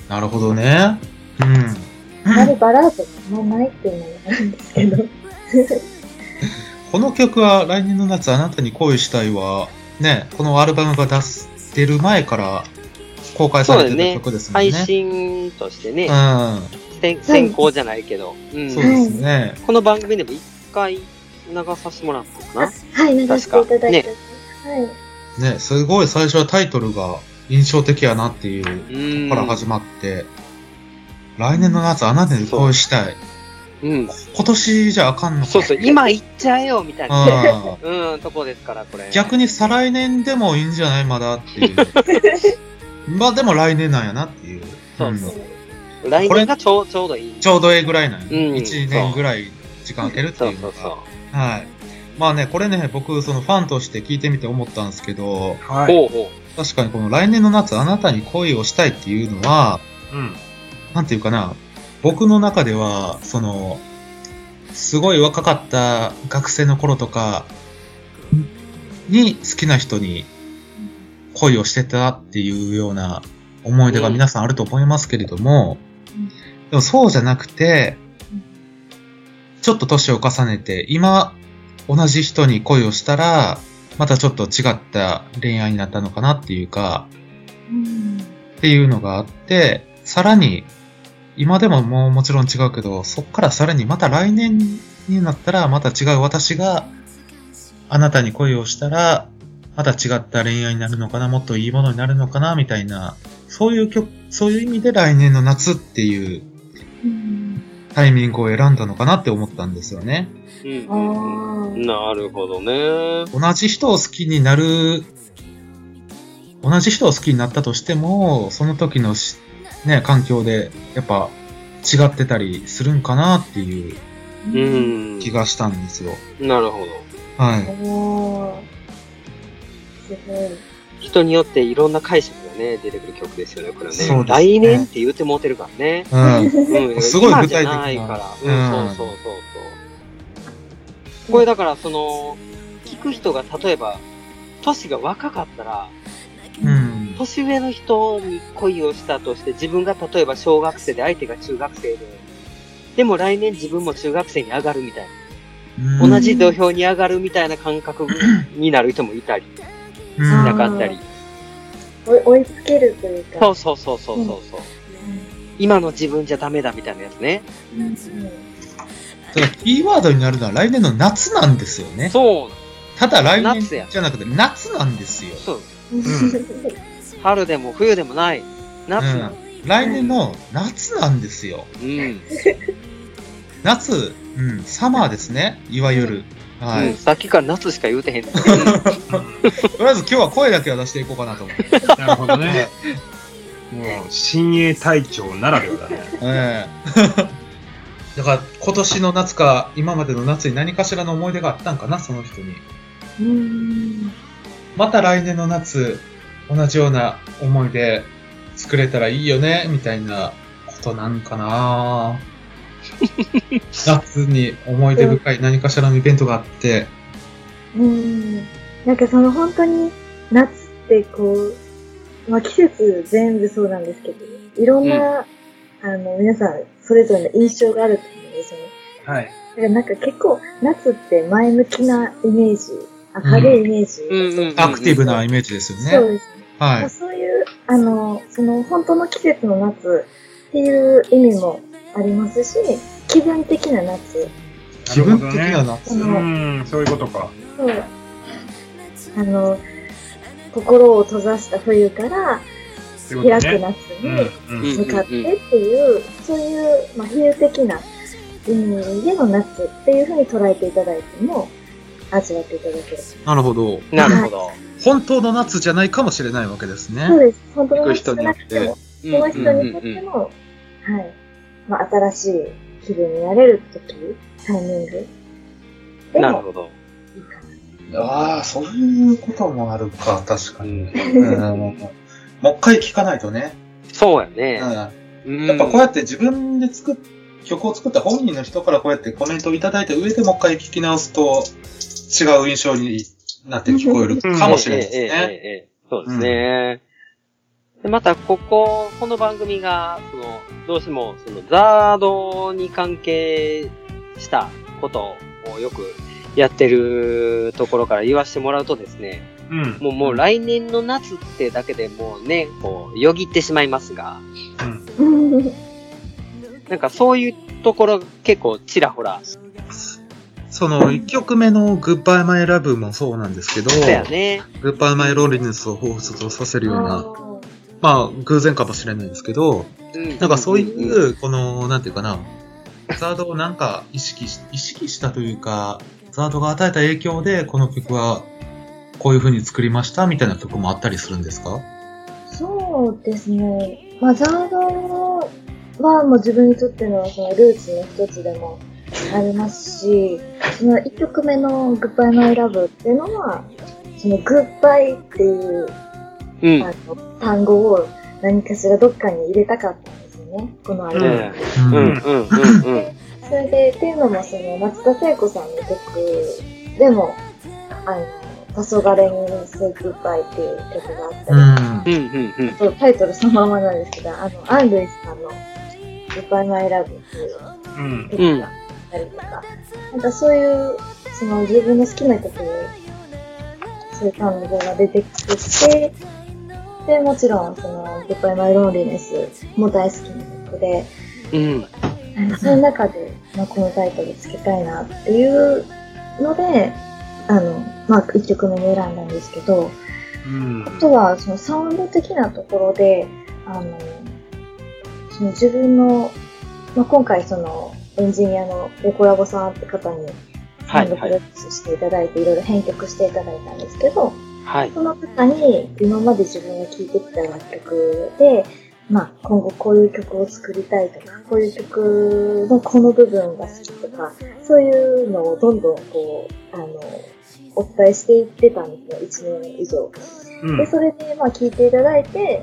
Speaker 3: なるほどね。うん。
Speaker 4: あまりバラードがあんまないっていうのもあるんですけど、
Speaker 3: この曲は来年の夏あなたに恋したいは、ね、このアルバムが出す、出る前から公開されて
Speaker 2: そうだ
Speaker 3: る
Speaker 2: ね
Speaker 3: 曲ですもんね。
Speaker 2: 配信としてね、
Speaker 3: う。
Speaker 2: 先先行じゃないけど、うんん
Speaker 3: そうですね。
Speaker 2: この番組でも一回流させてもらったかな
Speaker 4: はい、流していただいて。
Speaker 2: 確
Speaker 4: はい。
Speaker 3: ね、すごい最初はタイトルが印象的やなっていう
Speaker 2: うん
Speaker 3: から始まって、来年の夏、あなたで恋したい。
Speaker 2: うん。
Speaker 3: 今年じゃあかんのか。
Speaker 2: そうそう、今行っちゃえよ、みたいなね。
Speaker 3: あー
Speaker 2: うん、とこですから、これ。
Speaker 3: 逆に再来年でもいいんじゃないまだっ ていう。まあでも来年なんやなっていう。
Speaker 2: そう
Speaker 3: うん
Speaker 2: 来
Speaker 3: これ
Speaker 2: 年がちょうちょうどいい。
Speaker 3: ちょうどええぐらいなんや、
Speaker 2: うん
Speaker 3: 1年ぐらい時間空けるって
Speaker 2: そ
Speaker 3: いうう
Speaker 2: そ
Speaker 3: の
Speaker 2: うそう
Speaker 3: が。。はい。まあね、これね、僕、そのファンとして聞いてみて思ったんですけど、
Speaker 1: はい。
Speaker 2: ほうほ
Speaker 3: 確かにこの来年の夏、あなたに恋をしたいっていうのは、
Speaker 1: うん。
Speaker 3: なんていうかな、僕の中では、その、すごい若かった学生の頃とかに好きな人に恋をしてたっていうような思い出が皆さんあると思いますけれども、でもそうじゃなくて、ちょっと年を重ねて、今同じ人に恋をしたら、またちょっと違った恋愛になったのかなっていうか、っていうのがあって、さらに、今でももうもちろん違うけど、そっからさらにまた来年になったら、また違う私があなたに恋をしたら、また違った恋愛になるのかな、もっといいものになるのかな、みたいな、そういう曲、そういう意味で来年の夏っていうタイミングを選んだのかなって思ったんですよね。
Speaker 2: う。うん
Speaker 4: あ
Speaker 2: うんう
Speaker 4: ー
Speaker 2: ん。なるほどね。
Speaker 3: 同じ人を好きになる、同じ人を好きになったとしても、その時のし、ね、環境で、やっぱ、違ってたりするんかなっていう
Speaker 2: うん。
Speaker 3: 気がしたんですよ。
Speaker 2: なるほど。
Speaker 3: はい。
Speaker 4: おーすごい。
Speaker 2: 人によっていろんな解釈がね、出てくる曲ですよね、これね。
Speaker 3: そうですね
Speaker 2: 来年って言ってもうてるから ね。
Speaker 3: うん。
Speaker 2: うん、
Speaker 3: すごい
Speaker 2: 今
Speaker 3: 具体
Speaker 2: じ
Speaker 3: 的な
Speaker 2: ゃないから。うん、
Speaker 3: う
Speaker 2: そ
Speaker 3: ん
Speaker 2: うそうそうそう。これだから、その、聞く人が例えば、年が若かったら、
Speaker 3: うん。
Speaker 2: 年上の人に恋をしたとして、自分が例えば小学生で相手が中学生で、でも来年自分も中学生に上がるみたいな、
Speaker 3: うん
Speaker 2: 同じ土俵に上がるみたいな感覚になる人もいたり、
Speaker 3: う
Speaker 2: い
Speaker 3: ん
Speaker 2: なかったり。
Speaker 4: 追い追いつけるというか。
Speaker 2: そうそうそうそうそうそう。今の自分じゃダメだみたいなやつね。
Speaker 4: うんうん
Speaker 3: ただキーワードになるのは来年の夏なんですよね。
Speaker 2: そう。
Speaker 3: ただ来
Speaker 2: 夏や
Speaker 3: 年じゃなくて夏なんですよ。
Speaker 2: そう。
Speaker 1: ん
Speaker 2: 春でも冬でもない。夏なの。
Speaker 3: うん。来年の夏なんですよ。
Speaker 2: うん。
Speaker 3: 夏、うん、サマーですね。いわゆる。は
Speaker 2: う
Speaker 3: い
Speaker 2: ん。さっきから夏しか言うてへんねん。
Speaker 3: とりあえず今日は声だけは出していこうかなと思って。
Speaker 1: なるほどね。もう、新鋭隊長ならではだね。
Speaker 3: ええだから今年の夏か今までの夏に何かしらの思い出があったんかな、その人に。
Speaker 4: うん
Speaker 3: また来年の夏、同じような思い出作れたらいいよね、みたいなことなんかな夏に思い出深い何かしらのイベントがあって、
Speaker 4: うんなんかその本当に夏ってこう、まあ季節全部そうなんですけど、いろんな、あの皆さんそれぞれの印象があると思うんですよね。
Speaker 1: はい。
Speaker 4: だからなんか結構夏って前向きなイメージ、明るいイメージ。
Speaker 2: うんうんうん
Speaker 3: アクティブなイメージですよ
Speaker 4: そう
Speaker 3: ね。
Speaker 4: です
Speaker 3: は
Speaker 4: まあ
Speaker 3: い。
Speaker 4: そういう、あの、その本当の季節の夏っていう意味もありますし、気分的な夏。
Speaker 3: 気分的
Speaker 1: な
Speaker 3: な
Speaker 1: るほ
Speaker 3: 夏。
Speaker 4: そ
Speaker 1: ど
Speaker 4: の
Speaker 1: ね。うん、そういうことか。
Speaker 4: そう。あの、心を閉ざした冬から
Speaker 1: そういう
Speaker 4: 開
Speaker 1: こと
Speaker 4: く
Speaker 1: ね。
Speaker 4: 夏
Speaker 1: うん
Speaker 4: に、
Speaker 1: うん。
Speaker 4: 向かってっていう、そういう、まあ、比喩的な意味での夏っていうふうに捉えていただいても、味わっていただける。
Speaker 3: なるほど。
Speaker 2: なるほど。
Speaker 3: 本当の夏じゃないかもしれないわけですね。
Speaker 4: そうです。本当の
Speaker 3: 行く人
Speaker 4: 夏じ
Speaker 3: に
Speaker 4: ゃ
Speaker 3: よ
Speaker 4: な
Speaker 3: っ
Speaker 4: く
Speaker 3: て
Speaker 4: ても、その人にとっても、はい。まあ、新しい気分になれる時、タイミング。で
Speaker 2: なる
Speaker 4: も、
Speaker 2: ほど。
Speaker 4: いいかな。
Speaker 3: ああ、そういうこともあるか、確か
Speaker 2: う
Speaker 3: に。
Speaker 2: ん
Speaker 3: うんもう一回聞かないとね。
Speaker 2: そうや
Speaker 3: うん、
Speaker 2: ね。
Speaker 3: や
Speaker 2: うん
Speaker 3: っぱこうやって自分で作っ曲を作った本人の人からこうやってコメントをいただいた上でもう一回聞き直すと違う印象になって聞こえ るかもしれないです
Speaker 2: えええ
Speaker 3: ね。
Speaker 2: えええそうですね。でまた、ここ、この番組が、その、どうしても、その、ザードに関係したことをよくやってるところから言わせてもらうとですね、
Speaker 1: うん。
Speaker 2: もう、もう来年の夏ってだけでもうね、こう、よぎってしまいますが、なんかそういうところ結構ちらほら、そ
Speaker 3: その1曲目のグッバイマイラブもそうなんですけど、
Speaker 2: うやね。
Speaker 3: グッバイマイローリネスを彷彿とさせる
Speaker 4: あ
Speaker 3: ような、
Speaker 4: ー
Speaker 3: まあ偶然かもしれないんですけど、
Speaker 2: う
Speaker 4: う
Speaker 2: ん
Speaker 3: なんかそういう、この、なんていうかな、ザードをなんか意識し、意識したというか、ザードが与えた影響で、この曲は、こういう風に作りましたみたいな曲もあったりするんですか
Speaker 4: そうですね。まあ、ザードはもう自分にとってのそのルーツの一つでもありますし、その1曲目のグッバイマイラブっていうのは、そのグッバイっていう
Speaker 2: うん。
Speaker 4: あの単語を何かしらどっかに入れたかったんですよね、このア
Speaker 2: う
Speaker 4: ルバム
Speaker 2: ん。
Speaker 3: う
Speaker 2: うん。うん。うん。うん。
Speaker 4: それで、っていうのもその松田聖子さんの曲でも、あの、黄昏にスープバイっていう曲があったり、
Speaker 3: うん
Speaker 2: う。ん。うん。
Speaker 4: そうタイトルそのままなんですけど、あの、アン・ルイスさんの「グッバイ・マイ・ラブ」っていう
Speaker 1: うん。
Speaker 4: 曲があったりとか、なんかそういう、その自分の好きな曲に、そういう単語が出てきてて、で、もちろん、その、グッバイ・マイ・ロンリネスも大好きな曲で、
Speaker 2: うん。
Speaker 4: その中で、まあ、このタイトルつけたいなっていうので、あの、まあ、一曲目に選んだんですけど、
Speaker 1: うん。
Speaker 4: あとは、そのサウンド的なところで、あの、その自分の、まあ、今回その、エンジニアのレコラボさんって方に、
Speaker 2: は
Speaker 4: サウン
Speaker 2: い。
Speaker 4: ドプ
Speaker 2: は
Speaker 4: ロデ
Speaker 2: い。
Speaker 4: ュースしていただいて、いろいろ編曲していただいたんですけど、
Speaker 2: はい。
Speaker 4: その方に、今まで自分が聴いてきた楽曲で、まあ、今後こういう曲を作りたいとか、こういう曲のこの部分が好きとか、そういうのをどんどんこう、あの、お伝えしていってたんですね、1年以上。
Speaker 1: うん
Speaker 4: で、それで、まあ、聴いていただいて、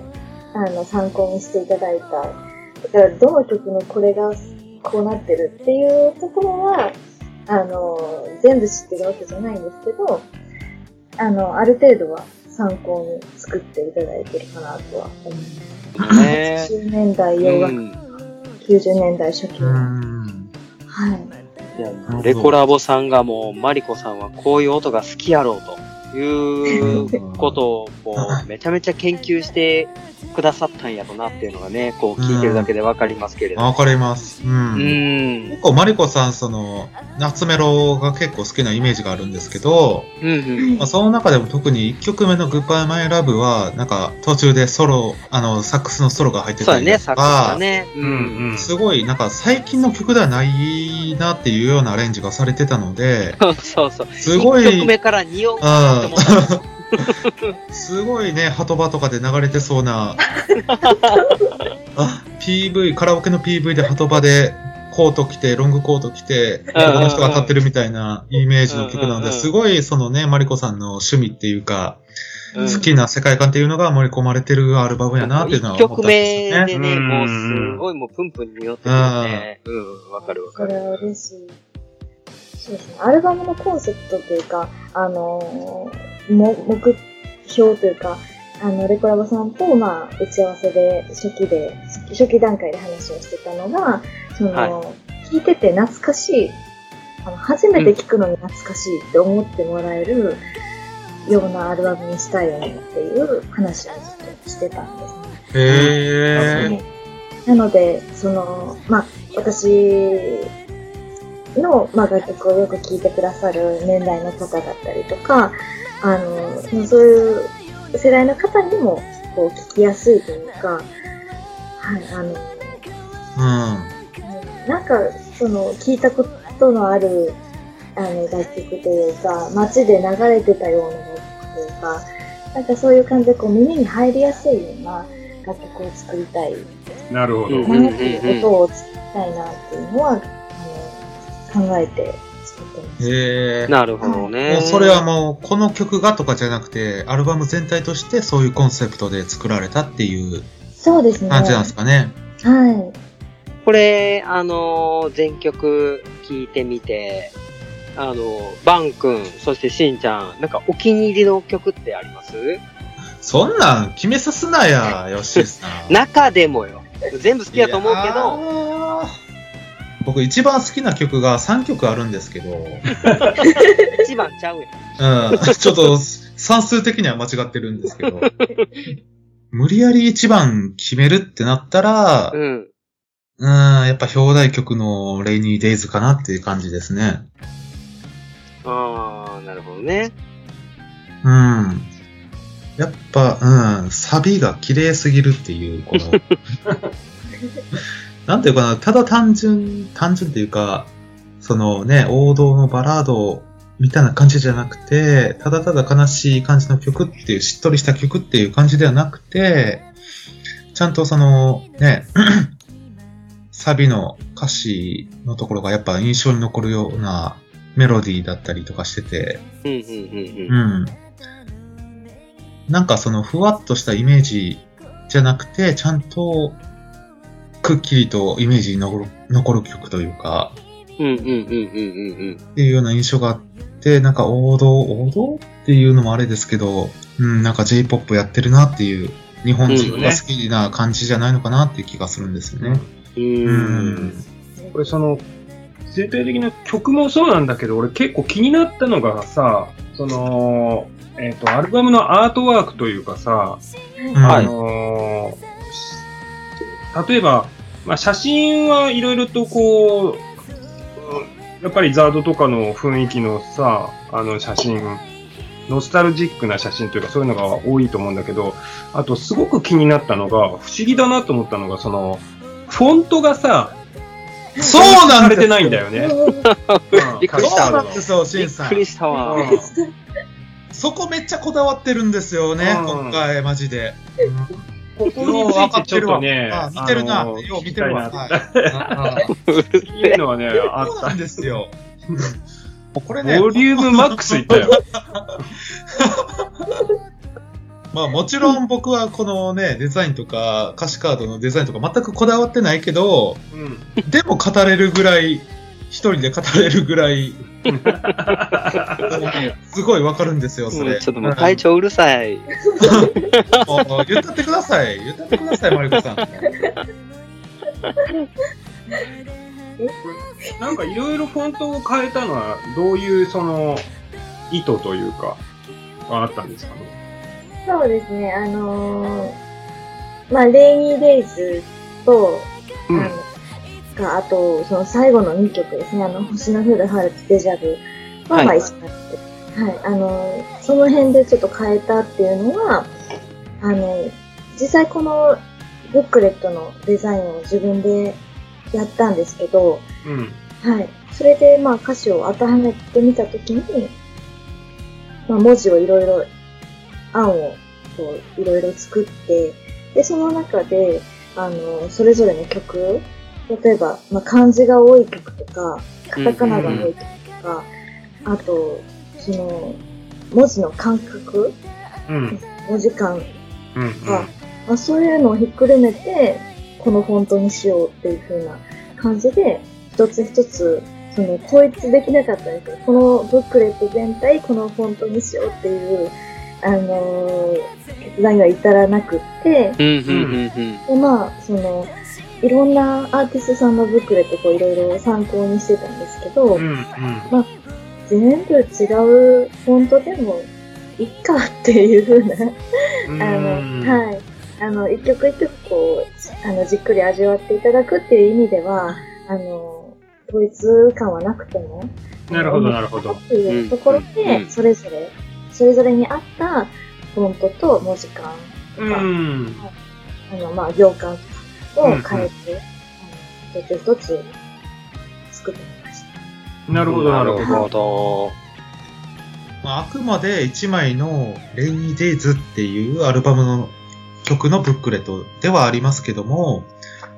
Speaker 4: あの、参考にしていただいた。だから、どの曲のこれが、こうなってるっていうところは、あの、全部知ってるわけじゃないんですけど、あの、ある程度は参考に作っていただいてるかなとは思います。
Speaker 2: ね
Speaker 4: 80年代洋
Speaker 2: う
Speaker 4: 楽、
Speaker 2: ん。
Speaker 4: 90年代初期、
Speaker 3: う
Speaker 4: は
Speaker 3: ん。
Speaker 4: い。
Speaker 2: いやレコラボさんがもう、マリコさんはこういう音が好きやろうということを、こう、めちゃめちゃ研究してくださったんやろなっていうのがね、こう聞いてるだけでわかりますけれど。
Speaker 3: わかります。う。
Speaker 2: うんん。
Speaker 3: 結構、マリコさん、その、夏メロが結構好きなイメージがあるんですけど、
Speaker 2: うん。うん。
Speaker 3: まあ、その中でも特に1曲目の Goodbye My Love は、なんか途中でソロ、あの、サックスのソロが入って
Speaker 2: そう
Speaker 3: た
Speaker 2: だ
Speaker 3: り
Speaker 2: ね、
Speaker 3: と
Speaker 2: 作
Speaker 3: か、
Speaker 2: がね。
Speaker 1: う。ん。うん。
Speaker 3: すごい、なんか最近の曲ではないなっていうようなアレンジがされてたの で、
Speaker 2: そうそうそう。
Speaker 3: すごい
Speaker 2: 1曲目から2音かなって思ったもん。
Speaker 3: すごいね、ハトバとかで流れてそ うな、あ、PV、カラオケの PV でハトバでコート着て、ロングコート着て、男の人が立ってるみたいなイメージの曲なの
Speaker 2: うんうんうん
Speaker 3: で、すごいそのね、マリコさんの趣味っていうか、
Speaker 2: うん
Speaker 3: 好きな世界観っていうのが盛り込まれてるアルバムやなっていうのは
Speaker 2: 一
Speaker 3: 思った
Speaker 2: 曲
Speaker 3: んです
Speaker 2: 目
Speaker 3: よね。
Speaker 2: でね、
Speaker 1: うん
Speaker 2: もうすごいもうプンプンに寄ってくるよね。うん、わかるわか
Speaker 4: そ
Speaker 2: る
Speaker 4: れ。は嬉しい。そうですね。アルバムのコンセプトというか、あのーも、目標というか、あの、レコラボさんと、まあ、打ち合わせで、初期で、初期段階で話をしてたのが、その、
Speaker 2: はい
Speaker 4: 聞いてて懐かしい、あの、初めて聞くのに懐かしいって思ってもらえるようなアルバムにしたいよねっていう話をずっとしてたんですね。
Speaker 3: へー。
Speaker 4: なので、その、まあ、私の、まあ、楽曲をよく聴いてくださる年代の方だったりとか、あの、そのそういう世代の方にも、こう、聞きやすいというか、はい、あの、
Speaker 3: うん。
Speaker 4: なんか、その、聞いたことのある、あの、楽曲というか、街で流れてたような楽曲というか、なんかそういう感じで、こう、耳に入りやすいような楽曲を作りたい
Speaker 1: なるほど。
Speaker 2: うん
Speaker 4: 何ていうことを作りたいなっていうのは、あの考えて作ってます。
Speaker 3: へー。
Speaker 2: なるほどね。
Speaker 3: もうそれはもう、この曲がとかじゃなくて、アルバム全体としてそういうコンセプトで作られたっていう
Speaker 4: そうですね。
Speaker 3: 感じなんですかね。
Speaker 4: はい。
Speaker 2: これ、あのー、全曲聴いてみて、あのー、バン君、そしてしんちゃん、なんかお気に入りの曲ってあります
Speaker 3: そんなん決めさすなや、ヨッシーさ ん。
Speaker 2: 中でもよ。全部好きやと思うけど、
Speaker 3: ど。僕一番好きな曲が3曲あるんです けど、うん、
Speaker 2: 一番ちゃうやん。
Speaker 3: ちょっと算数的には間違ってるんですけ ど、無理やり一番決めるってなったら、うん、
Speaker 2: うん。
Speaker 3: やっぱ表題曲のレイニーデイズかなっていう感じですね。
Speaker 2: あー、なるほどね。
Speaker 3: うん。やっぱ、うん、サビが綺麗すぎるっていう、この、なんていうかな、ただ単純、単純っていうか、そのね、王道のバラードみたいな感じじゃなくて、ただただ悲しい感じの曲っていう、しっとりした曲っていう感じではなくて、ちゃんとそのね、 サビの歌詞のところがやっぱ印象に残るようなメロディーだったりとかしてて、
Speaker 2: うんうんうん
Speaker 3: う
Speaker 2: うん。
Speaker 3: ん。なんかそのふわっとしたイメージじゃなくて、ちゃんとくっきりとイメージに残る残る曲というか、
Speaker 2: うんうんうんうんうんうん。
Speaker 3: っていうような印象があって、なんか王道、王道っていうのもあれですけど、うん、なんか J-POP やってるなっていう、日本人が好きな感じじゃないのかなっていう気がするんですよね。
Speaker 2: うー。
Speaker 3: うんん。
Speaker 1: これその、全体的な曲もそうなんだけど、俺結構気になったのがさ、その、えっ、と、アルバムのアートワークというかさ、
Speaker 3: は
Speaker 1: あ
Speaker 3: い。
Speaker 1: のー例えば、まあ、写真はいろいろとこう、うんやっぱりザードとかの雰囲気のさ、あの写真、ノスタルジックな写真というかそういうのが多いと思うんだけど、あとすごく気になったのが、不思議だなと思ったのが、その、フォントがさ、
Speaker 3: そうな
Speaker 1: さ
Speaker 3: ん
Speaker 1: れて
Speaker 3: です
Speaker 1: ないんだよね。
Speaker 2: びっくりした
Speaker 3: そうなんですよ、シ
Speaker 2: び
Speaker 3: ン
Speaker 2: っ
Speaker 3: さ
Speaker 2: く
Speaker 3: ん
Speaker 2: り。したわ。
Speaker 1: うん
Speaker 3: そこめっちゃこだわってるんですよね、
Speaker 1: うん
Speaker 3: 今回、マジで。
Speaker 1: ここについてちょっとね、
Speaker 3: あ見てるな、
Speaker 1: あの
Speaker 3: よう見てる
Speaker 1: 聞
Speaker 3: わ。
Speaker 1: きたいな
Speaker 3: は
Speaker 1: っ
Speaker 3: いああ
Speaker 1: て いうのはね、あっ
Speaker 3: そう
Speaker 1: た
Speaker 3: なん。ですよ。これね、
Speaker 1: ボリュームマックスいったよ。
Speaker 3: まあもちろん僕はこのね、デザインとか歌詞カードのデザインとか全くこだわってないけ ど、
Speaker 1: うん
Speaker 3: でも語れるぐらい、一人で語れるぐら い、すごいわかるんですよ、そ
Speaker 2: うん
Speaker 3: れ。
Speaker 2: ちょっともう体調うるさい。
Speaker 3: もう言ったってください。言ったってください、マリコさん。
Speaker 1: なんかいろいろフォントを変えたのは、どういうその、意図というか、があったんですかね。
Speaker 4: そうですね、あのーまあ、レイニーデイズと、
Speaker 1: うん
Speaker 4: あの、が、あと、その最後の2曲ですね、あの、星の降る春とデジャブは、ま
Speaker 2: は
Speaker 4: あ、
Speaker 2: い
Speaker 4: 一緒になって、はい、あのーその辺でちょっと変えたっていうのは、あの、実際このブックレットのデザインを自分でやったんですけど、
Speaker 1: うん。
Speaker 4: はい。それで、まあ、歌詞を当てはめてみたときに、まあ、文字をいろいろ、案を、こう、いろいろ作って、で、その中で、あの、それぞれの曲、例えば、まあ、漢字が多い曲とか、カタカナが多い曲とか、あと、その、文字の感覚、
Speaker 1: うん。
Speaker 4: 文字感
Speaker 1: うん。うん。
Speaker 4: とか、まあ、そういうのをひっくるめて、このフォントにしようっていう風な感じで、一つ一つ、その、統一できなかったんですけど、このブックレット全体、このフォントにしようっていう、あのー決断には至らなくって、
Speaker 2: うんうんうんうん。
Speaker 4: で、まあ、その、いろんなアーティストさんのブックレットこういろいろ参考にしてたんですけど、
Speaker 1: うん。
Speaker 4: 全部違うフォントでもいっかっていう風な
Speaker 1: うん。
Speaker 4: あ
Speaker 1: うん
Speaker 4: の、はい。あの、一曲一曲こう、あの、じっくり味わっていただくっていう意味では、あの、統一感はなくても、
Speaker 1: なるほど、なるほど。
Speaker 4: っていうところ
Speaker 2: うんうん
Speaker 4: で、それぞれ、それぞれに合ったフォントと文字感、
Speaker 1: うん。
Speaker 4: あの、まあ、行間を変えて、あの一つ一つ作ってみまし
Speaker 1: なるほど、なるほど。
Speaker 2: ど。
Speaker 3: まあ、あくまで1枚の「レイニー・デイズ」っていうアルバムの曲のブックレットではありますけども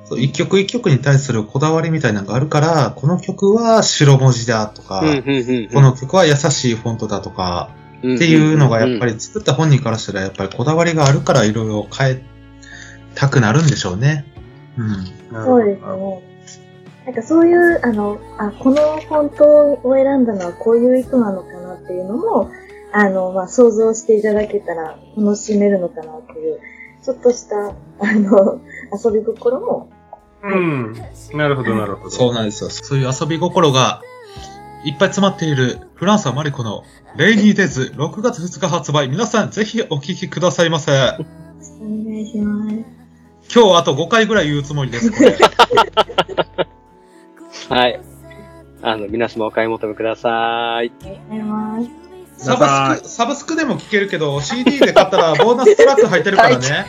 Speaker 3: そう一曲一曲に対するこだわりみたいなのがあるからこの曲は白文字だとか、
Speaker 2: うんうんうん。
Speaker 3: この曲は優しいフォントだとか
Speaker 2: っ
Speaker 3: っていうのがやっぱ。り作った本人からしたらやっぱりこだわりがあるからいろいろ変えたくなるんでしょうね。うん。
Speaker 4: た。そうですね。なんかそういう、あの、あ、このフォントを選んだのはこういう意図なのかなっていうのも、あの、まあ、想像していただけたら楽しめるのかなっていう、ちょっとした、あの、遊び心も、
Speaker 1: うん。なるほど、なるほど。
Speaker 3: そうなんですよ。そういう遊び心がいっぱい詰まっているフランサ・マリコのレイニーデイズ6月2日発売。皆さんぜひお聞きくださいませ。
Speaker 4: お願いします。
Speaker 3: 今日あと5回ぐらい言うつもりです。これ
Speaker 2: はい。あの、皆様お買い求めください。
Speaker 4: ありがとうございます。
Speaker 3: サブスク、サブスクでも聞けるけど CD で買ったらボーナストラック入ってるからね。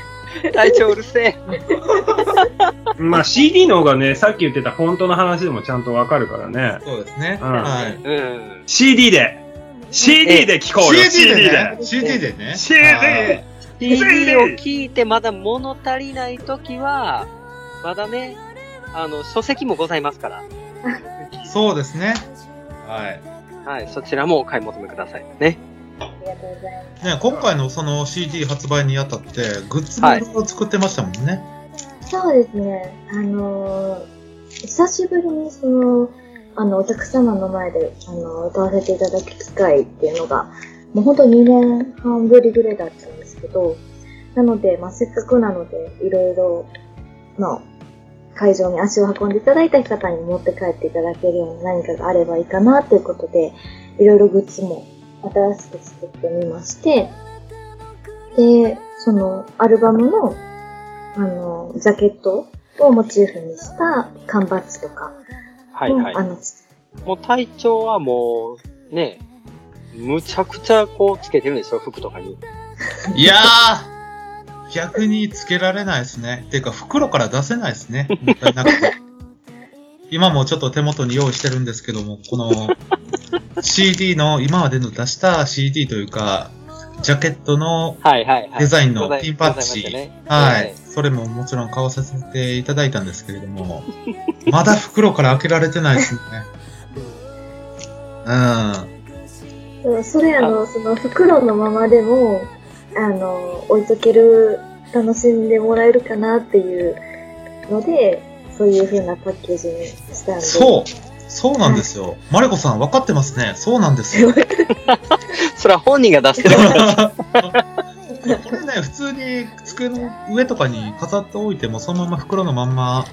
Speaker 2: 隊長うるせえ。
Speaker 1: まあ CD の方がね、さっき言ってた本当の話でもちゃんとわかるからね。
Speaker 3: そうですね。
Speaker 1: うん
Speaker 3: はい。
Speaker 2: うん。
Speaker 1: CD で !CD で聞こうよ !CD で
Speaker 3: ね。CD でね。
Speaker 1: CD
Speaker 3: はい
Speaker 2: CD を聞いてまだ物足りないときは、まだね、あの、書籍もございますから。
Speaker 3: そうですね。はい。
Speaker 2: はい、そちらもお買い求めくださいね。
Speaker 4: りがとうございます。
Speaker 3: ね、今回のその CD 発売にあたって、グッズもいろいろ作ってましたもんね。
Speaker 4: そうですね。あのー久しぶりにその、あの、お客様の前で、あの、歌わせていただく機会っていうのが、もうほんと2年半ぶりぐらいだったんですけど、なので、まあ、せっかくなので、いろいろ、まあ、会場に足を運んでいただいた方に持って帰っていただけるような何かがあればいいかなということで、いろいろグッズも新しく作ってみまして、で、その、アルバムのあの、ジャケットをモチーフにした缶バッジとかも、
Speaker 2: はいはい
Speaker 4: あ。の、
Speaker 2: もう体調はもう、ね、むちゃくちゃこうつけてるんですよ、服とかに。
Speaker 3: いやー、逆につけられないですね。ていうか、袋から出せないですね。もったいなくて。今もちょっと手元に用意してるんですけども、この CD の、今までの出した CD というか、ジャケットの
Speaker 2: はいはいはい。
Speaker 3: デザインの
Speaker 2: ござい
Speaker 3: ピンバッジ
Speaker 2: ございましたね
Speaker 3: は
Speaker 2: はい
Speaker 3: い。それももちろん買わさせていただいたんですけれども、まだ袋から開けられてないですね。うん。
Speaker 4: そうそれあの、その袋のままでも、あの、置いとける、楽しんでもらえるかなっていうので、そういう風なパッケージにしたんで。
Speaker 3: そうそうなんですよ。マリコさん分かってますね。そうなんですよ。こ
Speaker 2: それは本人が出して る。
Speaker 3: れね、普通に机の上とかに飾っておいても、そのまま袋のまんま、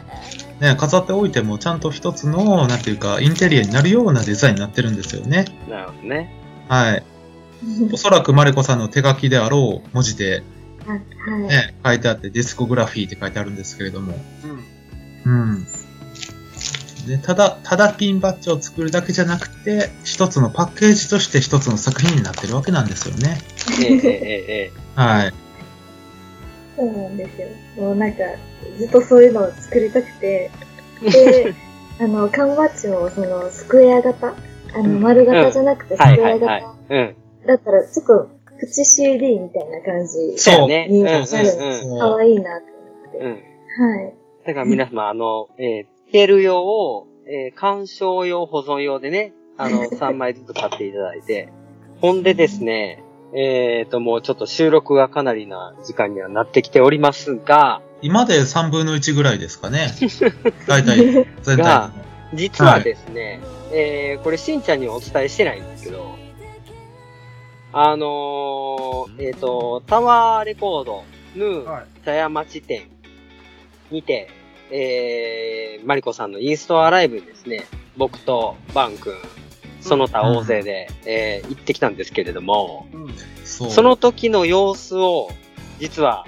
Speaker 3: ね、飾っておいても、ちゃんと一つの、なんていうか、インテリアになるようなデザインになってるんですよね。
Speaker 2: なるほどね。
Speaker 3: はい。おそらくマリコさんの手書きであろう文字で、
Speaker 4: あ はい。
Speaker 3: ね、書いてあって、ディスコグラフィーって書いてあるんですけれども。
Speaker 1: うん
Speaker 3: うん。で、ただ、ただピンバッジを作るだけじゃなくて、一つのパッケージとして一つの作品になってるわけなんですよね。
Speaker 2: えええええ
Speaker 3: はい。
Speaker 4: そうなんですよ。もうなんか、ずっとそういうのを作りたくて。 で、あの、缶バッジも、その、スクエア型あの、丸型じゃなくて、スク
Speaker 2: はい
Speaker 4: エ
Speaker 2: は
Speaker 4: ア
Speaker 2: いはい
Speaker 4: 型。
Speaker 2: うん。
Speaker 4: だったら、ちょっと、プチ CD みたいな感じ。
Speaker 3: そう
Speaker 2: だよね。
Speaker 4: うん
Speaker 2: うんうん
Speaker 3: そう
Speaker 4: かわいいなって
Speaker 2: うん。うん。
Speaker 4: 思って。
Speaker 2: だから皆様、あの、えー、ケル用を、えー、鑑賞用、保存用でね、あ の、3枚ずつ買っていただいて、ほんでですね、えっ、と、もうちょっと収録がかなりな時間にはなってきておりますが、
Speaker 3: 今で3分の1ぐらいですかね。大体、全体の。
Speaker 2: が実はですね、えー、これしんちゃんにはお伝えしてないんですけど、あのー、えっ、と、タワーレコード、ヌー、
Speaker 1: はい
Speaker 2: 茶屋町店にて、えー、マリコさんのインストアライブにですね、僕とバン君、その他大勢で、えー行ってきたんですけれども、
Speaker 3: そう。
Speaker 2: その時の様子を、実は、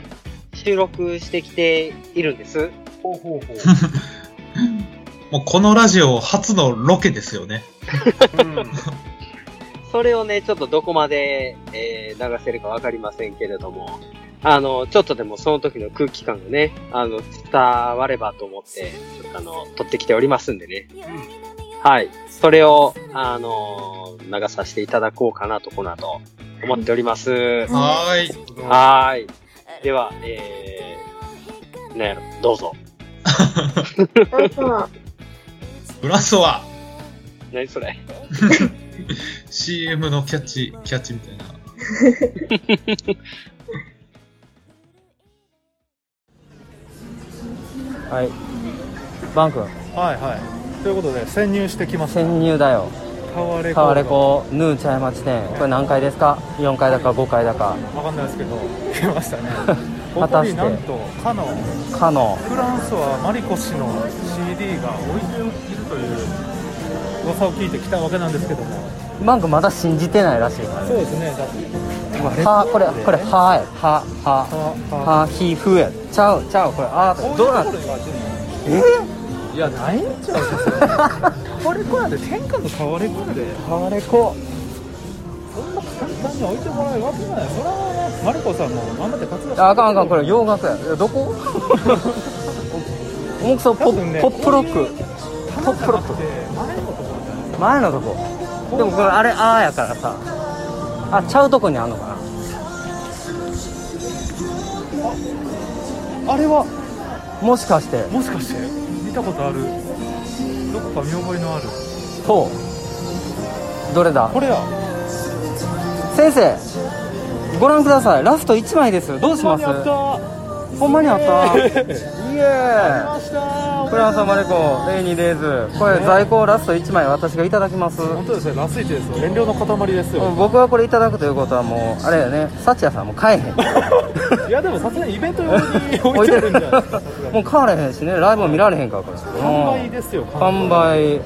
Speaker 2: 収録してきているんです。
Speaker 1: ほうほうほう。
Speaker 3: もうこのラジオ初のロケですよね。
Speaker 1: うん
Speaker 2: それをね、ちょっとどこまで、えー流せるかわかりませんけれども、あの、ちょっとでもその時の空気感がね、あの、伝わればと思って、ちょっとあの、撮ってきておりますんでね。はい。それを、あの、流させていただこうかなと、この後、思っております。
Speaker 3: はーい。
Speaker 2: はーい。では、えー、ね、どうぞ。
Speaker 4: はい。あとは、
Speaker 3: ブラストは
Speaker 2: 何それ
Speaker 3: CM のキャッチ、キャッチみたいな。
Speaker 8: はい。バン君、
Speaker 9: はいはいということで潜入してきました
Speaker 8: 潜入だよ。
Speaker 9: タワレコ
Speaker 8: タワレコ、ヌー茶屋町店。これ何階ですか ?4 階だか5階だか。
Speaker 9: わかんないですけど来ましたねこ
Speaker 8: 果
Speaker 9: こ
Speaker 8: たし
Speaker 9: に
Speaker 8: て
Speaker 9: なんとかの
Speaker 8: かの。
Speaker 9: フランスはマリコ氏の CD が置いているという噂を聞いてきたわけなんですけども
Speaker 8: バン君まだ信じてないらしいからね。
Speaker 9: そうですねだって
Speaker 8: は、これ、これ、はや。は、は。は、ひ、ふや。ちゃう、ちゃう。これ、あー、どうなっ
Speaker 9: ってていやないんちゃうタワレコやで天下のタワレコやで
Speaker 8: タワレコ。
Speaker 9: そんな簡単に置いてもらえるわけじゃないそれはねマルコさんも頑張って活動して
Speaker 8: ああかんあかんこれ洋楽やいやどこ 重くそポ
Speaker 9: 多分ね
Speaker 8: ッポップロック
Speaker 9: トップロッ
Speaker 8: トップロック
Speaker 9: 前のところじゃない
Speaker 8: 前のとこでもこれあれあーやからさあちゃうとこにあんのかな
Speaker 9: あれは
Speaker 8: もしかして
Speaker 9: もしかして見たことあるどこか見覚えのある
Speaker 8: そうどれだ
Speaker 9: これや
Speaker 8: 先生ご覧くださいラスト1枚ですよどうします
Speaker 9: ほんまに
Speaker 8: ほんまにあ
Speaker 9: あ
Speaker 8: ったイエ
Speaker 9: った
Speaker 8: ーイ
Speaker 9: ました
Speaker 8: クランさんマレコレイニーデイズこれ在庫ラスト1枚私がいただきます
Speaker 9: 本当ですねラスイチですよ燃料の塊ですよ
Speaker 8: 僕がこれいただくということはもうあれやね幸也さんも買えへん
Speaker 9: いやでもさすがにイベント用に置いてるんじゃないですかさすが に
Speaker 8: もう買われへんしねライブも見られへんからこれ
Speaker 9: 完売ですよ
Speaker 8: 完売だ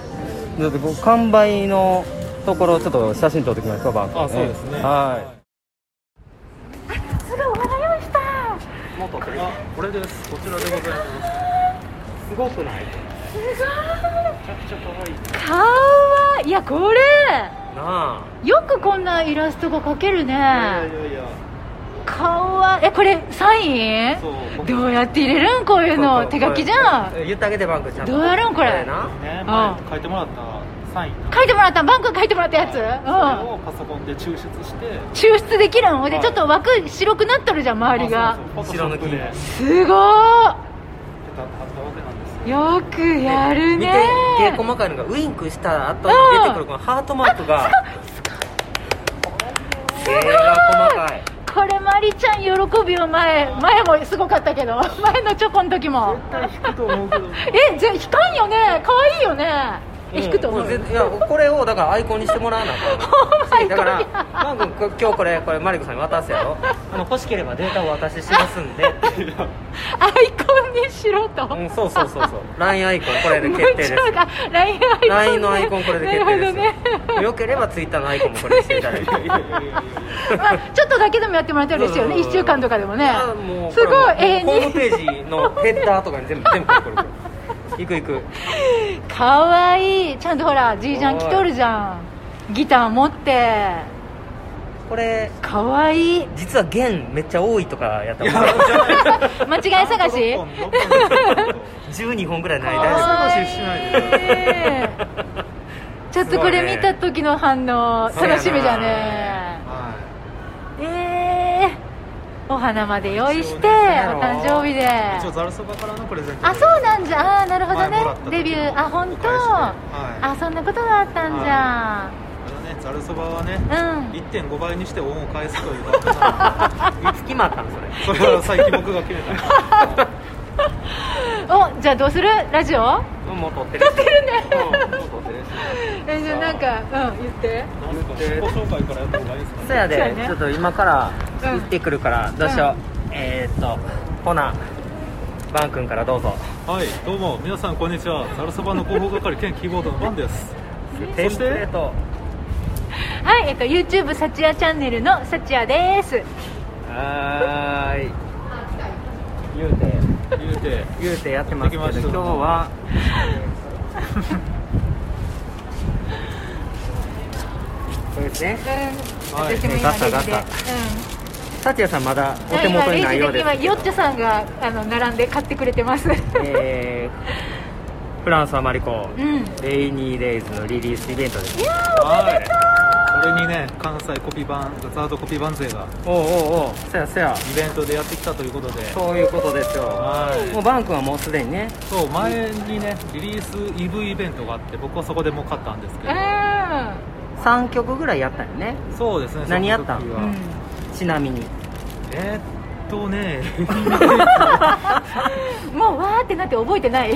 Speaker 8: ってこう完売のところちょっと写真撮ってきましょうバンク
Speaker 9: あそうですね
Speaker 8: は
Speaker 2: 元く
Speaker 9: あこれですこちらでございます
Speaker 2: すごくない
Speaker 10: かわいいいやこれ
Speaker 2: なあ
Speaker 10: よくこんなイラストが描けるね
Speaker 2: いやいや
Speaker 10: かわいいえこれサイン
Speaker 2: そう僕
Speaker 10: どうやって入れるんこういうの手書きじゃん
Speaker 8: い言ってあげてバンクちゃ
Speaker 10: どうやるんこれ
Speaker 2: な
Speaker 9: ね
Speaker 10: あ
Speaker 9: 前書いてもらったサイン
Speaker 10: 書いてもらったバンク書いてもらったやつ
Speaker 9: それ
Speaker 10: う
Speaker 9: をパソコンで抽出して
Speaker 10: ん抽出できるんで
Speaker 9: はい
Speaker 10: ちょっと枠白くなっとるじゃん周りが
Speaker 9: 白抜きでペ
Speaker 10: すご
Speaker 9: タッ
Speaker 10: ー
Speaker 9: と貼ったわけなんですよ
Speaker 10: よくやるね
Speaker 8: 細かいのがウインクした後
Speaker 10: に出てくる
Speaker 8: このハートマークが
Speaker 10: すごいこれマリちゃん喜びよ前前もすごかったけど前のチョコの時も
Speaker 9: 絶対引くと思うけど
Speaker 10: えじゃあ引かんよね可愛いよねえ引くと思う
Speaker 8: いやこれをだからアイコンにしてもらわな
Speaker 10: ほんまに
Speaker 8: だから、マー君、今日これ、これ、マリコさんに渡すやろ、あの欲しければデータをお渡ししますん で、
Speaker 10: アイコンにしろと、
Speaker 8: うん、そうそうそうそう、LINE アイコン、これで決定です、
Speaker 10: 文章が LINE アイコンね
Speaker 8: LINE のアイコン、これで決定です、
Speaker 10: なるほどね
Speaker 8: よければ Twitter のアイコンもこれにしていただいて、
Speaker 10: まあ、ちょっとだけでもやってもらったら嬉しいよね
Speaker 8: そうそう
Speaker 10: 1週間とかでもね
Speaker 8: あもう
Speaker 10: すごい
Speaker 8: これ
Speaker 10: 永
Speaker 8: もうホー
Speaker 10: 遠
Speaker 8: ムページのヘッダーとかに全部、全部これ、これ、これ、いくいく、
Speaker 10: にかわいいちゃんとほらじいちゃん来とるじゃんギター持って
Speaker 8: これ、
Speaker 10: かわいい
Speaker 8: 実は弦めっちゃ多いとかやったら、
Speaker 10: 間違い探し
Speaker 9: どんどんどんどんどんどん
Speaker 8: 12本ぐらいない、
Speaker 10: か
Speaker 8: 大
Speaker 10: わいい
Speaker 9: 探ししない
Speaker 10: ちょっとこれ見た時の反応
Speaker 8: そうやな
Speaker 10: 楽しみじゃね
Speaker 9: は
Speaker 10: えー、お花まで用意してお誕生日で
Speaker 9: い一応ザルそばからのプレゼント
Speaker 10: あそうなんじゃあーなるほど
Speaker 9: 前もらった
Speaker 10: ねデビューあ本当
Speaker 9: は
Speaker 10: あそんなことがあったんじゃ
Speaker 9: いあのねザルそばはね
Speaker 10: うん
Speaker 9: 1.5倍にして恩を返すというかな
Speaker 8: 体、いつ決まったん、それ。
Speaker 9: のでそれは最近僕が決めた
Speaker 10: おじゃあどうするラジオ
Speaker 8: もう撮ってる
Speaker 10: 撮ってるね
Speaker 9: そうです
Speaker 10: えじゃあなんかうん言って
Speaker 9: なんか自己紹介からやった方がいいですかね
Speaker 8: そやで
Speaker 10: そうやね
Speaker 8: ちょっと今から
Speaker 10: うん
Speaker 8: 行ってくるから、どうしよう、えー、っとほなバン君からどうぞ
Speaker 9: はいどうも皆さんこんにちはザルそばの広報係兼キーボードのバ ンです
Speaker 8: テンプレート
Speaker 10: はいえっと YouTube さちやチャンネルのさちやです
Speaker 8: はーい言うて
Speaker 9: 言うて
Speaker 8: 言うてやってますけど
Speaker 9: できました
Speaker 8: 今日はそうですね
Speaker 10: うん
Speaker 9: はい
Speaker 10: 私も今
Speaker 8: ガッタガッタ
Speaker 10: レジでうん
Speaker 8: 達也さんまだお手元にないようです
Speaker 10: 今レジ今ヨッチョさんがあの並んで買ってくれてます。
Speaker 8: えー、フランスはマリコ
Speaker 10: うん。
Speaker 8: レイニーデイズのリリースイベントです
Speaker 9: はいこれにね関西コピバンザードコピバン勢が
Speaker 8: おうおうおうそやそや
Speaker 9: イベントでやってきたということで
Speaker 8: そういうことですよ
Speaker 9: はい
Speaker 8: もうバン君はもうすでにね
Speaker 9: そう前にねリリース EV イベントがあって僕はそこでもう買ったんですけど
Speaker 10: あ
Speaker 8: 3曲ぐらいやったよね
Speaker 9: そうですね
Speaker 8: 何やったん
Speaker 9: その時
Speaker 10: ーう
Speaker 9: は
Speaker 10: ん。
Speaker 8: ちなみに
Speaker 9: えーっとね
Speaker 10: もうわーってなって覚えてない。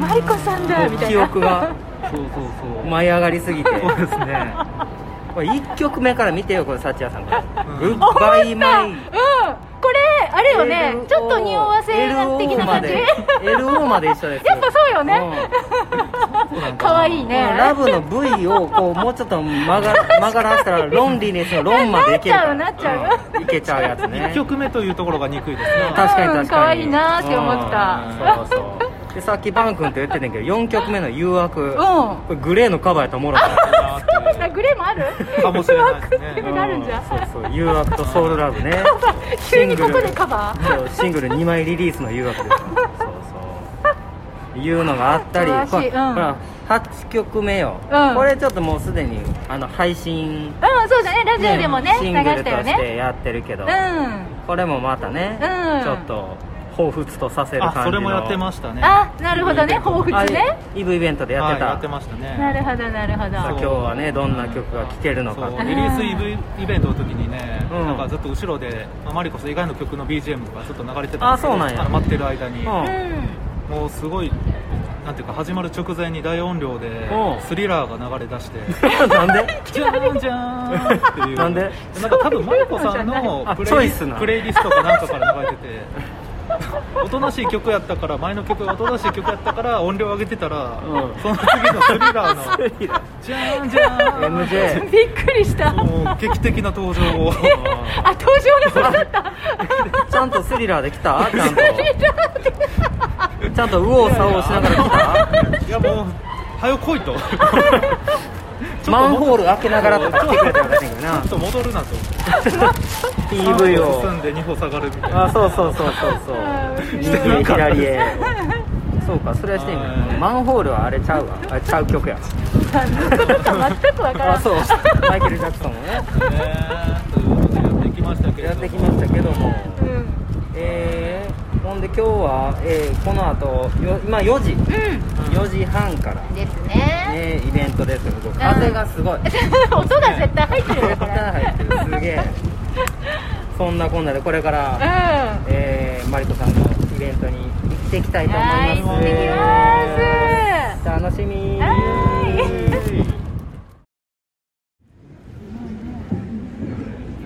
Speaker 10: マリコさんだみたいな。
Speaker 8: 記憶 が
Speaker 9: そうそうそう
Speaker 8: 舞い上がりすぎて
Speaker 9: そうですね
Speaker 8: これ1曲目から見てよこれサチヤさんから「グ
Speaker 9: うん
Speaker 8: ッバイマイ
Speaker 10: うん。」これあれよね。ちょっと匂わせ的な感じ。や
Speaker 8: LO まで一緒です
Speaker 10: っぱそうよね。可愛い
Speaker 8: うん
Speaker 10: ね。
Speaker 8: ラブの V をこうもうちょっと曲が 曲がらせたらロンリネスのロンまでいけるから
Speaker 10: なっちゃうなっちゃ
Speaker 8: うんいけちゃうやつね
Speaker 9: 1曲目というところが憎いですね
Speaker 8: 確かに確か
Speaker 10: う
Speaker 8: に
Speaker 10: ん可愛いなーって思った。
Speaker 8: たそうそうでさっきバン君って言ってたんやけど4曲目の「誘惑」
Speaker 10: う
Speaker 8: これグレーのカバーやと思うのか
Speaker 10: ん。グレーもあなる
Speaker 8: かもしれないですね
Speaker 10: ワクってなるんじゃん
Speaker 8: そうそう「You Up Soul Love ね」
Speaker 10: 急にここでカバー
Speaker 8: そうシングル2枚リリースの誘惑ですからそうそういうのがあったり
Speaker 10: 素晴らしい
Speaker 8: これ
Speaker 10: うん
Speaker 8: ほら8曲目よ、
Speaker 10: うん
Speaker 8: これちょっともうすでにあの配信、
Speaker 10: うんそうだねラジオでもね
Speaker 8: シ
Speaker 10: 流
Speaker 8: ングル
Speaker 10: し
Speaker 8: と
Speaker 10: たよ
Speaker 8: して
Speaker 10: ね
Speaker 8: やってるけど、
Speaker 10: うん
Speaker 8: これもまたね、
Speaker 10: うん
Speaker 8: ちょっと彷彿とさせる感じの
Speaker 9: あそれもやってましたね
Speaker 10: あなるほどね抱負
Speaker 8: あ
Speaker 10: ね
Speaker 8: イブイベントでやってた、
Speaker 9: はいやってましたね
Speaker 10: なるほどなるほ
Speaker 8: さあ今日
Speaker 10: ど
Speaker 8: はねどんな曲が聴けるのかって
Speaker 9: リリースイブイベントの時にね、なんかずっと後ろで、まあ、マリコス以外の曲の BGM とかずっと流れてたんですけど
Speaker 8: あそうなんや
Speaker 9: あの待ってる間に、
Speaker 8: うん
Speaker 9: もうすごいなんていうか始まる直前に大音量で
Speaker 8: う
Speaker 9: スリラーが流れ出して
Speaker 8: なんで
Speaker 9: じゃーんじゃーんってい う
Speaker 8: なんで
Speaker 9: なんか多分マリコさんの
Speaker 8: あ
Speaker 9: プ
Speaker 8: チョ
Speaker 9: レイ
Speaker 8: イスな
Speaker 9: プレイリストかなんかから流れてておとなしい曲やったから前の曲がおとなしい曲やったから音量上げてたら、その次のスリラーのじゃーんじゃーん
Speaker 8: MJ
Speaker 10: びっくりした
Speaker 9: もう劇的な登場を
Speaker 10: あ登場がそうだった
Speaker 8: ちゃんとスリラーで来 たちゃんとちゃんと右往左往し ながら来た
Speaker 9: いやもう早よ来いと
Speaker 8: マンホール開けながらとか来てくれたらしいけどな
Speaker 9: ちょっと戻るなと
Speaker 8: PV を
Speaker 9: 進んで2歩下がるみたいな
Speaker 8: あそうそうそうそうそう 右へ左へそうかそれはしてんけどマンホールはあれちゃうわあれちゃう曲や
Speaker 10: 全くわからん
Speaker 8: あそうマイケル・ジャクソンもねやってきましたけどもえーほんで今日は、えーこの後よ今4時、4時半から、
Speaker 10: ですね
Speaker 8: ね、イベントですけど風がすごい、
Speaker 10: 音が絶対入ってるよこれ
Speaker 8: すげえそんなこんなでこれから、
Speaker 10: う
Speaker 8: えーマリコさんのイベントに行ってきたいと思います
Speaker 10: はい行ってきます
Speaker 8: 楽しみ
Speaker 10: はい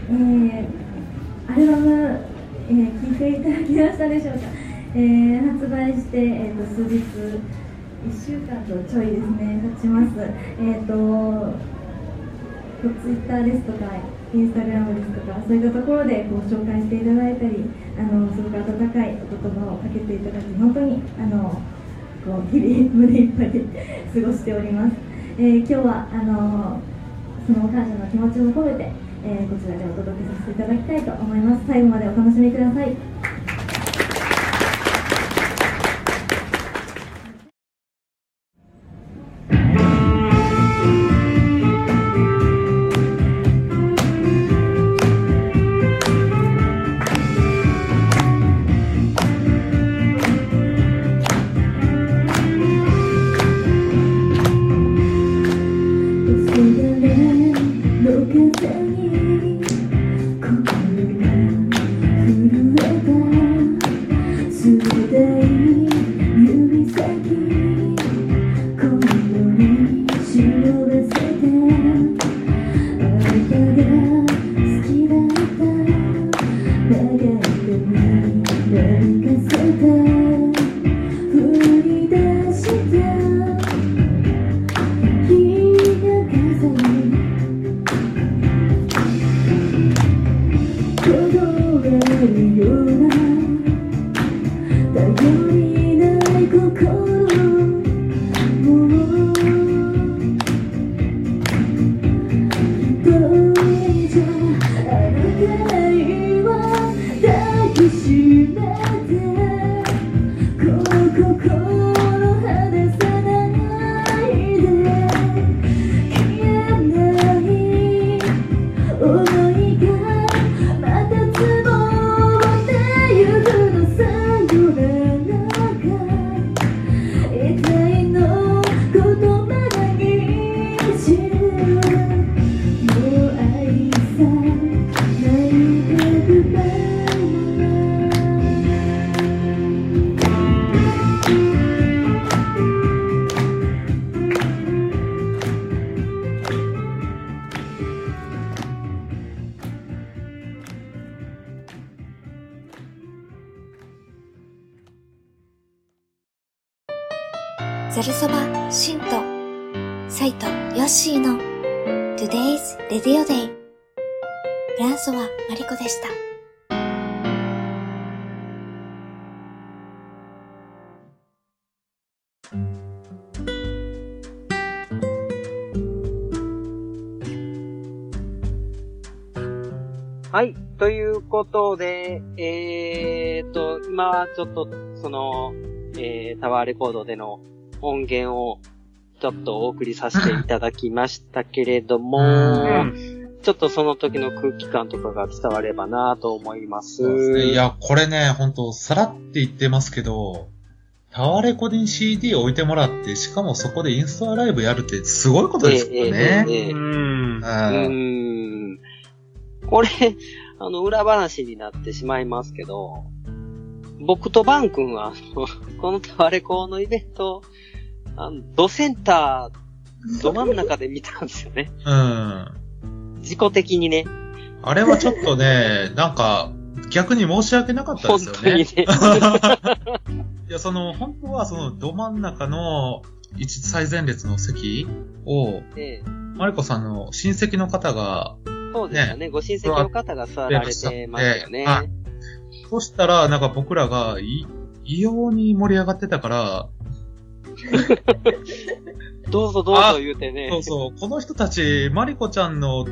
Speaker 4: えーアルバム、えー聞いていただきましたでしょうか、 えー発売して、えー、と数日1週間とちょいですね経ちますえっ、とツイッターですとかインスタグラムですとかそういったところでこう紹介していただいたりあのすごく温かいお言葉をかけていただき本当にあのこう日々胸いっぱいで過ごしております、えー今日はあのその感謝の気持ちを込めて、えーこちらでお届けさせていただきたいと思います最後までお楽しみください「どうかせに心が揺れて」「すべい指先」「このに忍ばせて」「あなたが好きだった」「長い髪泣かせて」「振り出した」「日が風に」「風に吹かれて」「届かるような」「頼りない心もう」「どうにじゃあなたには抱きしめて」「この心離さないで」「消えない想いがまたつぼってゆくのさよならが」「痛いの言葉がにじる」「もう愛さないでく
Speaker 11: ざるそば、しんと、サイト、ヨッシーの Today's Radio Day。フランソワ、マリコでした。
Speaker 12: 「
Speaker 2: はい。ということで、えーっと、今ちょっと、その、えー、タワーレコードでの音源を、ちょっとお送りさせていただきましたけれども、ちょっとその時の空気感とかが伝わればなと思います。
Speaker 3: いや、これね、ほんと、さらって言ってますけど、タワレコに CD 置いてもらって、しかもそこでインストアライブやるってすごいことですよね。
Speaker 2: えええええ え
Speaker 3: うん。
Speaker 2: うん。これ、あの、裏話になってしまいますけど、僕とバン君は、あのこのタワレコのイベント、あの、ドセンター、ど真ん中で見たんですよね。
Speaker 3: うん。
Speaker 2: 自己的にね。
Speaker 3: あれはちょっとね、 なんか、逆に申し訳なかったですよね。いや、その、本当はその、ど真ん中の、一最前列の席を、
Speaker 2: ええ
Speaker 3: マリコさんの親戚の方が、
Speaker 2: そうですよね。ご親戚の方が座られてましたよね。
Speaker 3: はい。そしたら、なんか僕らがい、異様に盛り上がってたから、
Speaker 2: どうぞどうぞ言うてね。
Speaker 3: そうそう、この人たち、マリコちゃんの、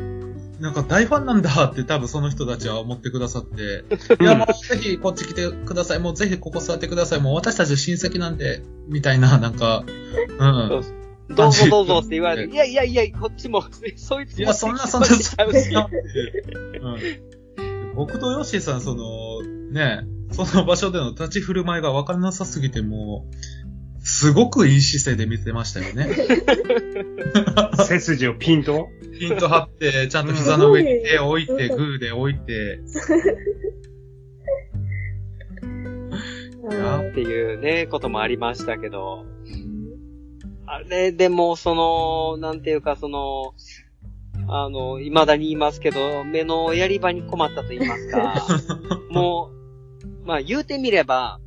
Speaker 3: なんか大ファンなんだって多分その人たちは思ってくださ って、いや、もうぜひこっち来てください、もうぜひここ座ってください、もう私たち親戚なんで、みたいな、なんか、うん。
Speaker 2: どうぞどうぞって言われて、いやいやいや、こっちも、 そういうつもり
Speaker 3: いや、そんな、 そんな、そんな。うん僕とヨッシーさん、その、ね、その場所での立ち振る舞いが分からなさすぎて、もう、すごくいい姿勢で見てました よね。
Speaker 1: 背筋をピンと
Speaker 3: ピンと張って、ちゃんと膝の上に手を置いて、グーで置い
Speaker 2: っ
Speaker 3: て、
Speaker 2: ていうね、こともありましたけど。あれ、でも、その、なんていうか、その、あの、未だに言いますけど、目のやり場に困ったと言いますか、もう、まあ言うてみれば、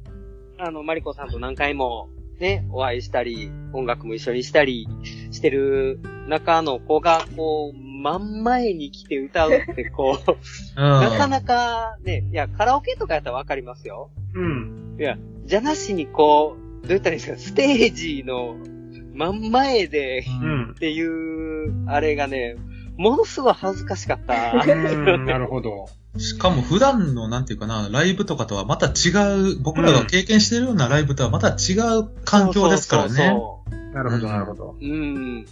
Speaker 2: あの、マリコさんと何回もね、お会いしたり、音楽も一緒にしたりしてる中の子が、こう、真ん前に来て歌うって、こう、なかなかね、いや、カラオケとかやったらわかりますよ。
Speaker 1: うん。
Speaker 2: いや、じゃなしにこう、どう言ったらいいんですか、ステージの真ん前で、っていう、あれがね、ものすごい恥ずかしかった。
Speaker 1: るほど。
Speaker 3: しかも普段の、なんていうかな、ライブとかとはまた違う、僕らが経験してるようなライブとはまた違う 環境ですから
Speaker 2: そうそう
Speaker 3: ね。
Speaker 1: なるほど、なるほど。
Speaker 2: うん。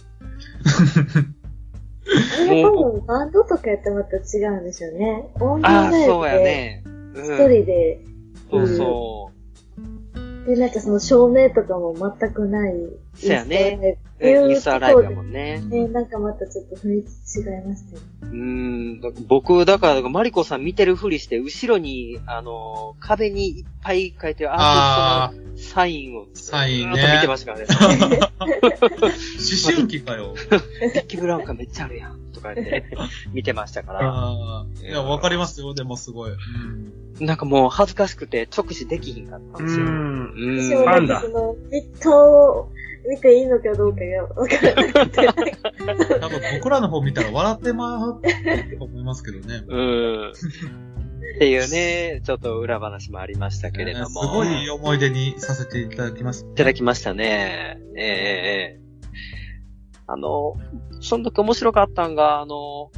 Speaker 4: あれ今度バンドとかやってまた違うんでしょうね。オン
Speaker 2: ああ、
Speaker 4: ライ
Speaker 2: そう
Speaker 4: ブ
Speaker 2: や
Speaker 4: で、
Speaker 2: ね。
Speaker 4: 一
Speaker 2: うん
Speaker 4: 人で、
Speaker 2: そうそ
Speaker 4: で、なんかその照明とかも全くない。
Speaker 2: そうやね
Speaker 4: インスタライブっ
Speaker 2: インスタライブや
Speaker 4: ていう
Speaker 2: もんね
Speaker 4: ところでね、なんかまたちょっと雰囲気違いましたよね。
Speaker 2: う。うん。だ僕、だから、マリコさん見てるふりして、後ろに、あの、壁にいっぱい書いてるアーティストのサインを
Speaker 3: サイン
Speaker 2: ずっと
Speaker 3: ね。
Speaker 2: 見てましたから ね。
Speaker 3: 思春期 かよ。
Speaker 2: ビッキーブラウンカめっちゃあるやん、とか言 って、見てましたから。
Speaker 3: あーいや、わかりますよ、でもすごい。
Speaker 2: なんかもう恥ずかしくて直視できひんかったんですよ。
Speaker 1: うん。
Speaker 4: 私もなんかその、ネットを見ていいのかどうかがわからない。
Speaker 3: 多分僕らの方見たら笑ってまうと思いますけどね。
Speaker 2: うん。っていうね、ちょっと裏話もありましたけれども。
Speaker 3: すごい思い出にさせていただきました。
Speaker 2: いただきましたね。ええええあの、その時面白かったんが、あの、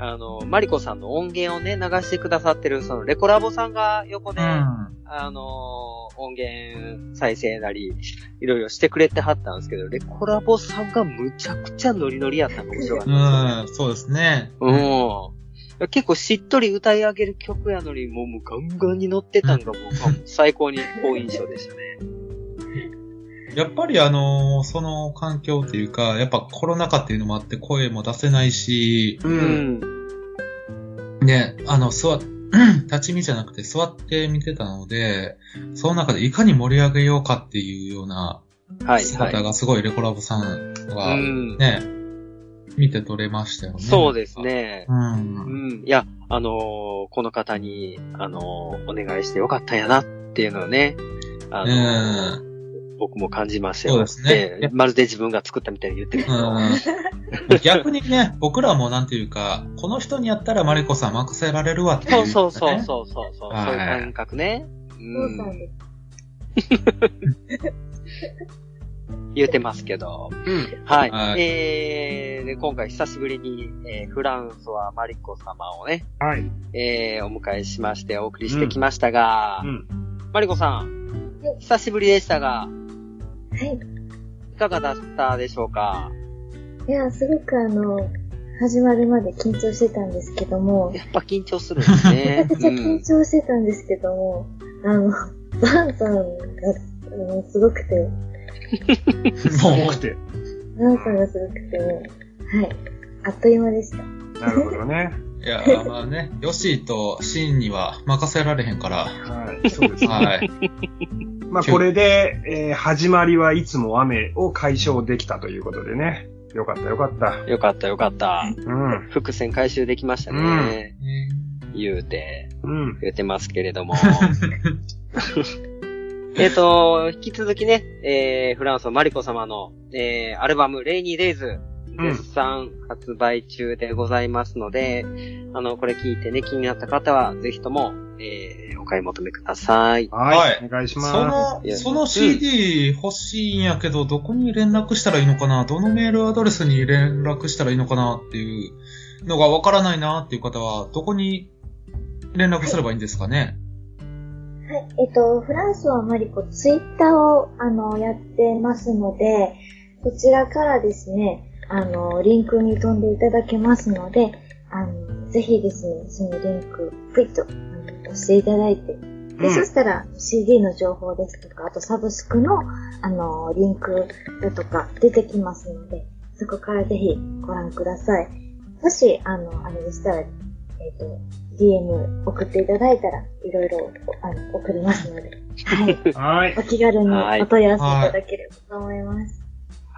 Speaker 2: あの、マリコさんの音源をね、流してくださってる、その、レコラボさんが横で、あの、音源再生なり、いろいろしてくれてはったんですけど、レコラボさんがむちゃくちゃノリノリやったのが面白かった。
Speaker 3: うん、そうですね。
Speaker 2: うん。結構しっとり歌い上げる曲やのに、もうもうガンガンに乗ってたんが、もう最高に好印象でしたね。
Speaker 3: やっぱりあのーその環境っていうか、やっぱコロナ禍っていうのもあって声も出せないし、
Speaker 2: うん。
Speaker 3: ね、あの、座っ、 立ち見じゃなくて座って見てたので、その中でいかに盛り上げようかっていうような
Speaker 2: はい、
Speaker 3: 姿がすごいレコラボさんは
Speaker 2: うん
Speaker 3: ね、見て取れましたよね。
Speaker 2: そうですね。
Speaker 3: うん。
Speaker 2: うん。いや、あのーこの方に、あのーお願いしてよかったんやなっていうのをね、あのー僕も感じましたよ。
Speaker 3: そうですね
Speaker 2: まるで自分が作ったみたいに言ってるけど。
Speaker 3: うん 逆にね、僕らもなんていうか、この人にやったらマリコさん任せられるわっていう、
Speaker 2: そうそうそううそうそうそう、
Speaker 3: はい
Speaker 2: そういう感覚ね。
Speaker 4: そうさんです。
Speaker 2: 言うてますけど。
Speaker 1: うん。
Speaker 2: はい。
Speaker 1: はい
Speaker 2: えー、で、今回久しぶりに、えーフランソワマリコ様をね、
Speaker 1: はい。
Speaker 2: えー、お迎えしましてお送りしてきましたが、マリコさん、久しぶりでしたが、いかがだったでしょうか
Speaker 4: いや、すごくあの、始まるまで緊張してたんですけども、
Speaker 2: やっぱ緊張するんですね。
Speaker 4: めちゃくちゃ緊張してたんですけども、あの、バンさんが、あの、すごくて、
Speaker 1: 重くて。
Speaker 4: バンさんがすごくて、はい、あっという間でした。
Speaker 1: なるほどね。
Speaker 3: いやー、まあね、ヨッシーとシーンには任せられへんから。
Speaker 1: はい、そうですね
Speaker 3: はい。
Speaker 1: まあ、これで、えー始まりはいつも雨を解消できたということでね。よかった、よかった。
Speaker 2: よかったよかった。
Speaker 1: うん。
Speaker 2: 伏線回収できましたね。言うて、
Speaker 1: うん。
Speaker 2: 言うてますけ れども。えっと、引き続きね、えー、フランスのマリコ様の、えー、アルバム、レイニーデイズ、
Speaker 1: ん
Speaker 2: 絶賛発売中でございますので、あの、これ聞いてね、気になった方は、ぜひとも、えー、お買い求めください。
Speaker 1: はい。お願いします。
Speaker 3: その、その CD 欲しいんやけど、どこに連絡したらいいのかなどのメールアドレスに連絡したらいいのかなっていうのがわからないなっていう方は、どこに連絡すればいいんですかね
Speaker 4: はい、えっと、フランスはマリコ、ツイッターを、あの、やってますので、そちらからですね、あの、リンクに飛んでいただけますので、あの、ぜひですね、そのリンク、クイッと、あの押していただいて、で、
Speaker 13: うん
Speaker 4: そしたら CD の情報ですとか、あとサブスクの、あの、リンクだとか出てきますので、そこからぜひご覧ください。もし、あの、あれでしたら、えっ、と、DM 送っていただいたら、いろいろ、あの、送りますので、
Speaker 1: はい。
Speaker 4: お気軽に
Speaker 2: はい
Speaker 4: お問い合わせいただければと思います。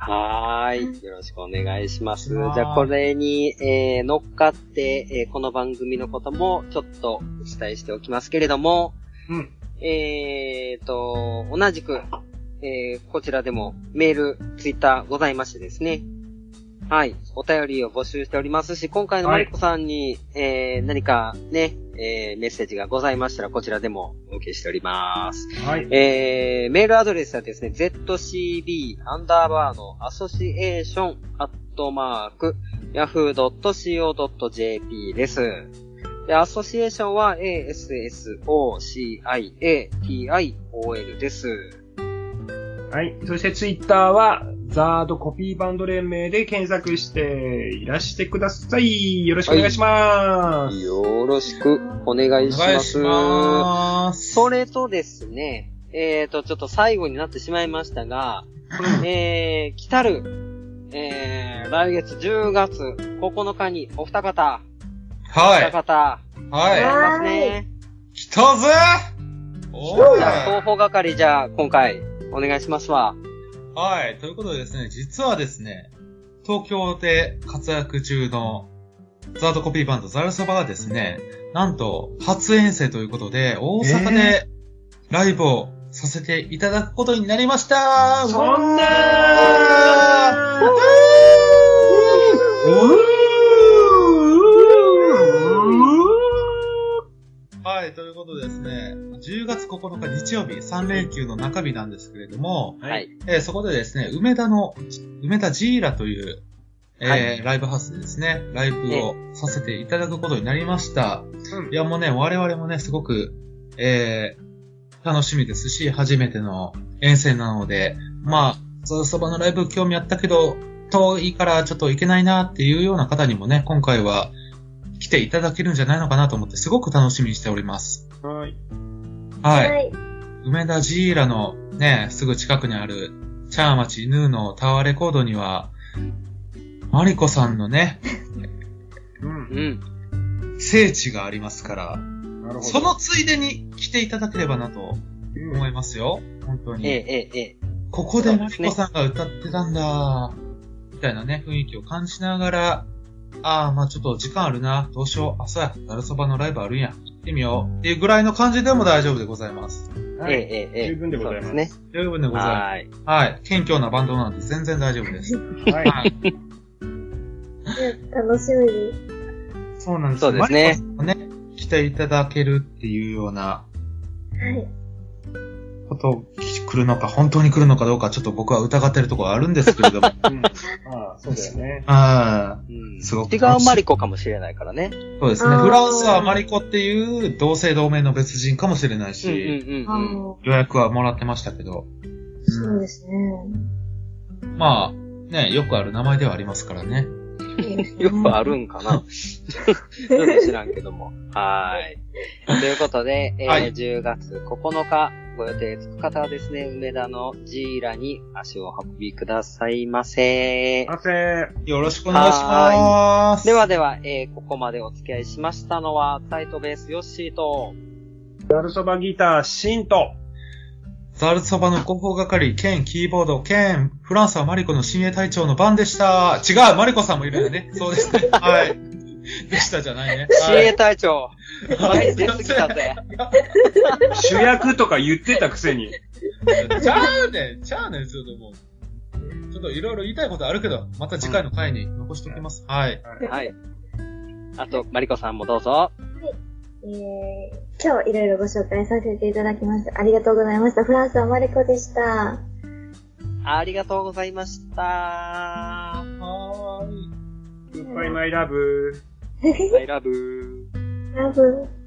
Speaker 2: はーい。よろしくお願いします。じ
Speaker 1: はい
Speaker 2: ゃあ、これに、えー、乗っかって、えーこの番組のことも、ちょっとお伝えしておきますけれども、
Speaker 1: うん。
Speaker 2: えーと、同じく、えー、こちらでも、メール、ツイッターございましてですね。はい。お便りを募集しておりますし、今回のマリコさんに、えー、何かね、えー、メッセージがございましたら、こちらでもお受けしております。
Speaker 1: はい。
Speaker 2: えー、メールアドレスはですね、zcb アンダーバーのアソシエーションアットマーク yahoo.co.jp です。で、アソシエーションは associatiol です。
Speaker 1: はい。そしてツイッターは、ザードコピーバンド連盟で検索していらしてください。よろしくお願いします。
Speaker 2: よろしくお願いします。
Speaker 1: お願いします
Speaker 2: それとですね、えっ、と、ちょっと最後になってしまいまし たが、えー、来たる、えー、来月10月9日にお二方、
Speaker 3: は
Speaker 2: お二
Speaker 3: い。
Speaker 2: 方、
Speaker 3: はい
Speaker 2: お願いしますね。
Speaker 3: 来たぜお
Speaker 2: じ
Speaker 3: い
Speaker 2: ゃあ広報係、じゃあ、今回、お願いしますわ。
Speaker 3: はい。ということでですね、実はですね、東京で活躍中のザードコピーバンドザルそばがですね、なんと初遠征ということで、大阪でライブをさせていただくことになりました
Speaker 1: そんな
Speaker 3: はい、ということでですね、10月9日日曜日、3連休の中日なんですけれども、
Speaker 2: はい。
Speaker 3: えーそこでですね、梅田の、梅田ジーラという、えーライブハウスでですね、ライブをさせていただくことになりました。いや、もうね、我々もね、すごく、えー楽しみですし、初めての遠征なので、まあ、ザーそばのライブ興味あったけど、遠いからちょっと行けないなっていうような方にもね、今回は来ていただけるんじゃないのかなと思って、すごく楽しみにしております。
Speaker 1: はい。
Speaker 3: はい。
Speaker 4: い。
Speaker 3: 梅田ジーラのね、すぐ近くにある、チャーマチヌーのタワーレコードには、マリコさんのね、
Speaker 2: うん。
Speaker 3: 聖地がありますから、
Speaker 1: なるほど。
Speaker 3: そのついでに来ていただければなと思いますよ。本当に。
Speaker 2: ええ、ええ、ええ。
Speaker 3: ここでマリコさんが歌ってたんだ、みたいなね、雰囲気を感じながら、ああ、まあちょっと時間あるな、どうしよう、朝や、ざるそばのライブあるんや、行ってみよう、っていうぐらいの感じでも大丈夫でございます。
Speaker 2: ええ、ええ、ええ。
Speaker 1: 十分でございます
Speaker 2: そうですね。
Speaker 3: 十分でございます。
Speaker 2: はい。
Speaker 3: はい。謙虚なバンドなんで全然大丈夫です。はい。
Speaker 4: 楽しみです。
Speaker 3: そうなんです
Speaker 2: そうですね。
Speaker 3: マリコさんもね、来ていただけるっていうような
Speaker 4: はい。
Speaker 3: ことを聞来るのか、本当に来るのかどうか、ちょっと僕は疑ってるところあるんですけ れども。
Speaker 1: ああ、そうだよね。
Speaker 3: ああ、すごく。
Speaker 2: 違うマリコかもしれないからね。
Speaker 3: そうですね。
Speaker 2: あー
Speaker 3: フランスはマリコっていう同姓同名の別人かもしれないし、
Speaker 4: あの
Speaker 3: 予約はもらってましたけど、
Speaker 4: そうですね。
Speaker 3: まあ、ね、よくある名前ではありますからね。
Speaker 2: よくあるんか なちょっと知らんけども。はーい。ということで、えー
Speaker 3: はい
Speaker 2: 10月9日、ご予定つく方はですね、梅田のジーラに足をお運びくださいませ。
Speaker 3: よろしくお願いし
Speaker 2: はー
Speaker 3: ま
Speaker 2: い。ではでは、えーここまでお付き合いしましたのは、サイトベースヨッシーと、
Speaker 1: ザルそばギター、シンと、
Speaker 3: す。ザルそばの広報係、兼キーボード、兼フランスはマリコの親衛隊長の番でした。違う、マリコさんもいるよね。そうです ね。はい。でしたじゃないね。
Speaker 2: 親衛
Speaker 3: 隊
Speaker 2: 隊長。はい、出すぎたぜ。
Speaker 1: 主役とか言ってたくせに。
Speaker 3: ちゃうねん、ちゃうねん、ちょっともう。ちょっといろいろ言いたいことあるけど、また次回の回に残しておきます。はい。
Speaker 2: はい。あと、マリコさんもどうぞ。
Speaker 4: えー、今日いろいろご紹介させていただきましてありがとうございました。フランスはマリコでした。
Speaker 2: ありがとうございました。は
Speaker 3: ーい。
Speaker 1: グッバイマイラブ。
Speaker 2: I love you.
Speaker 4: ラブ。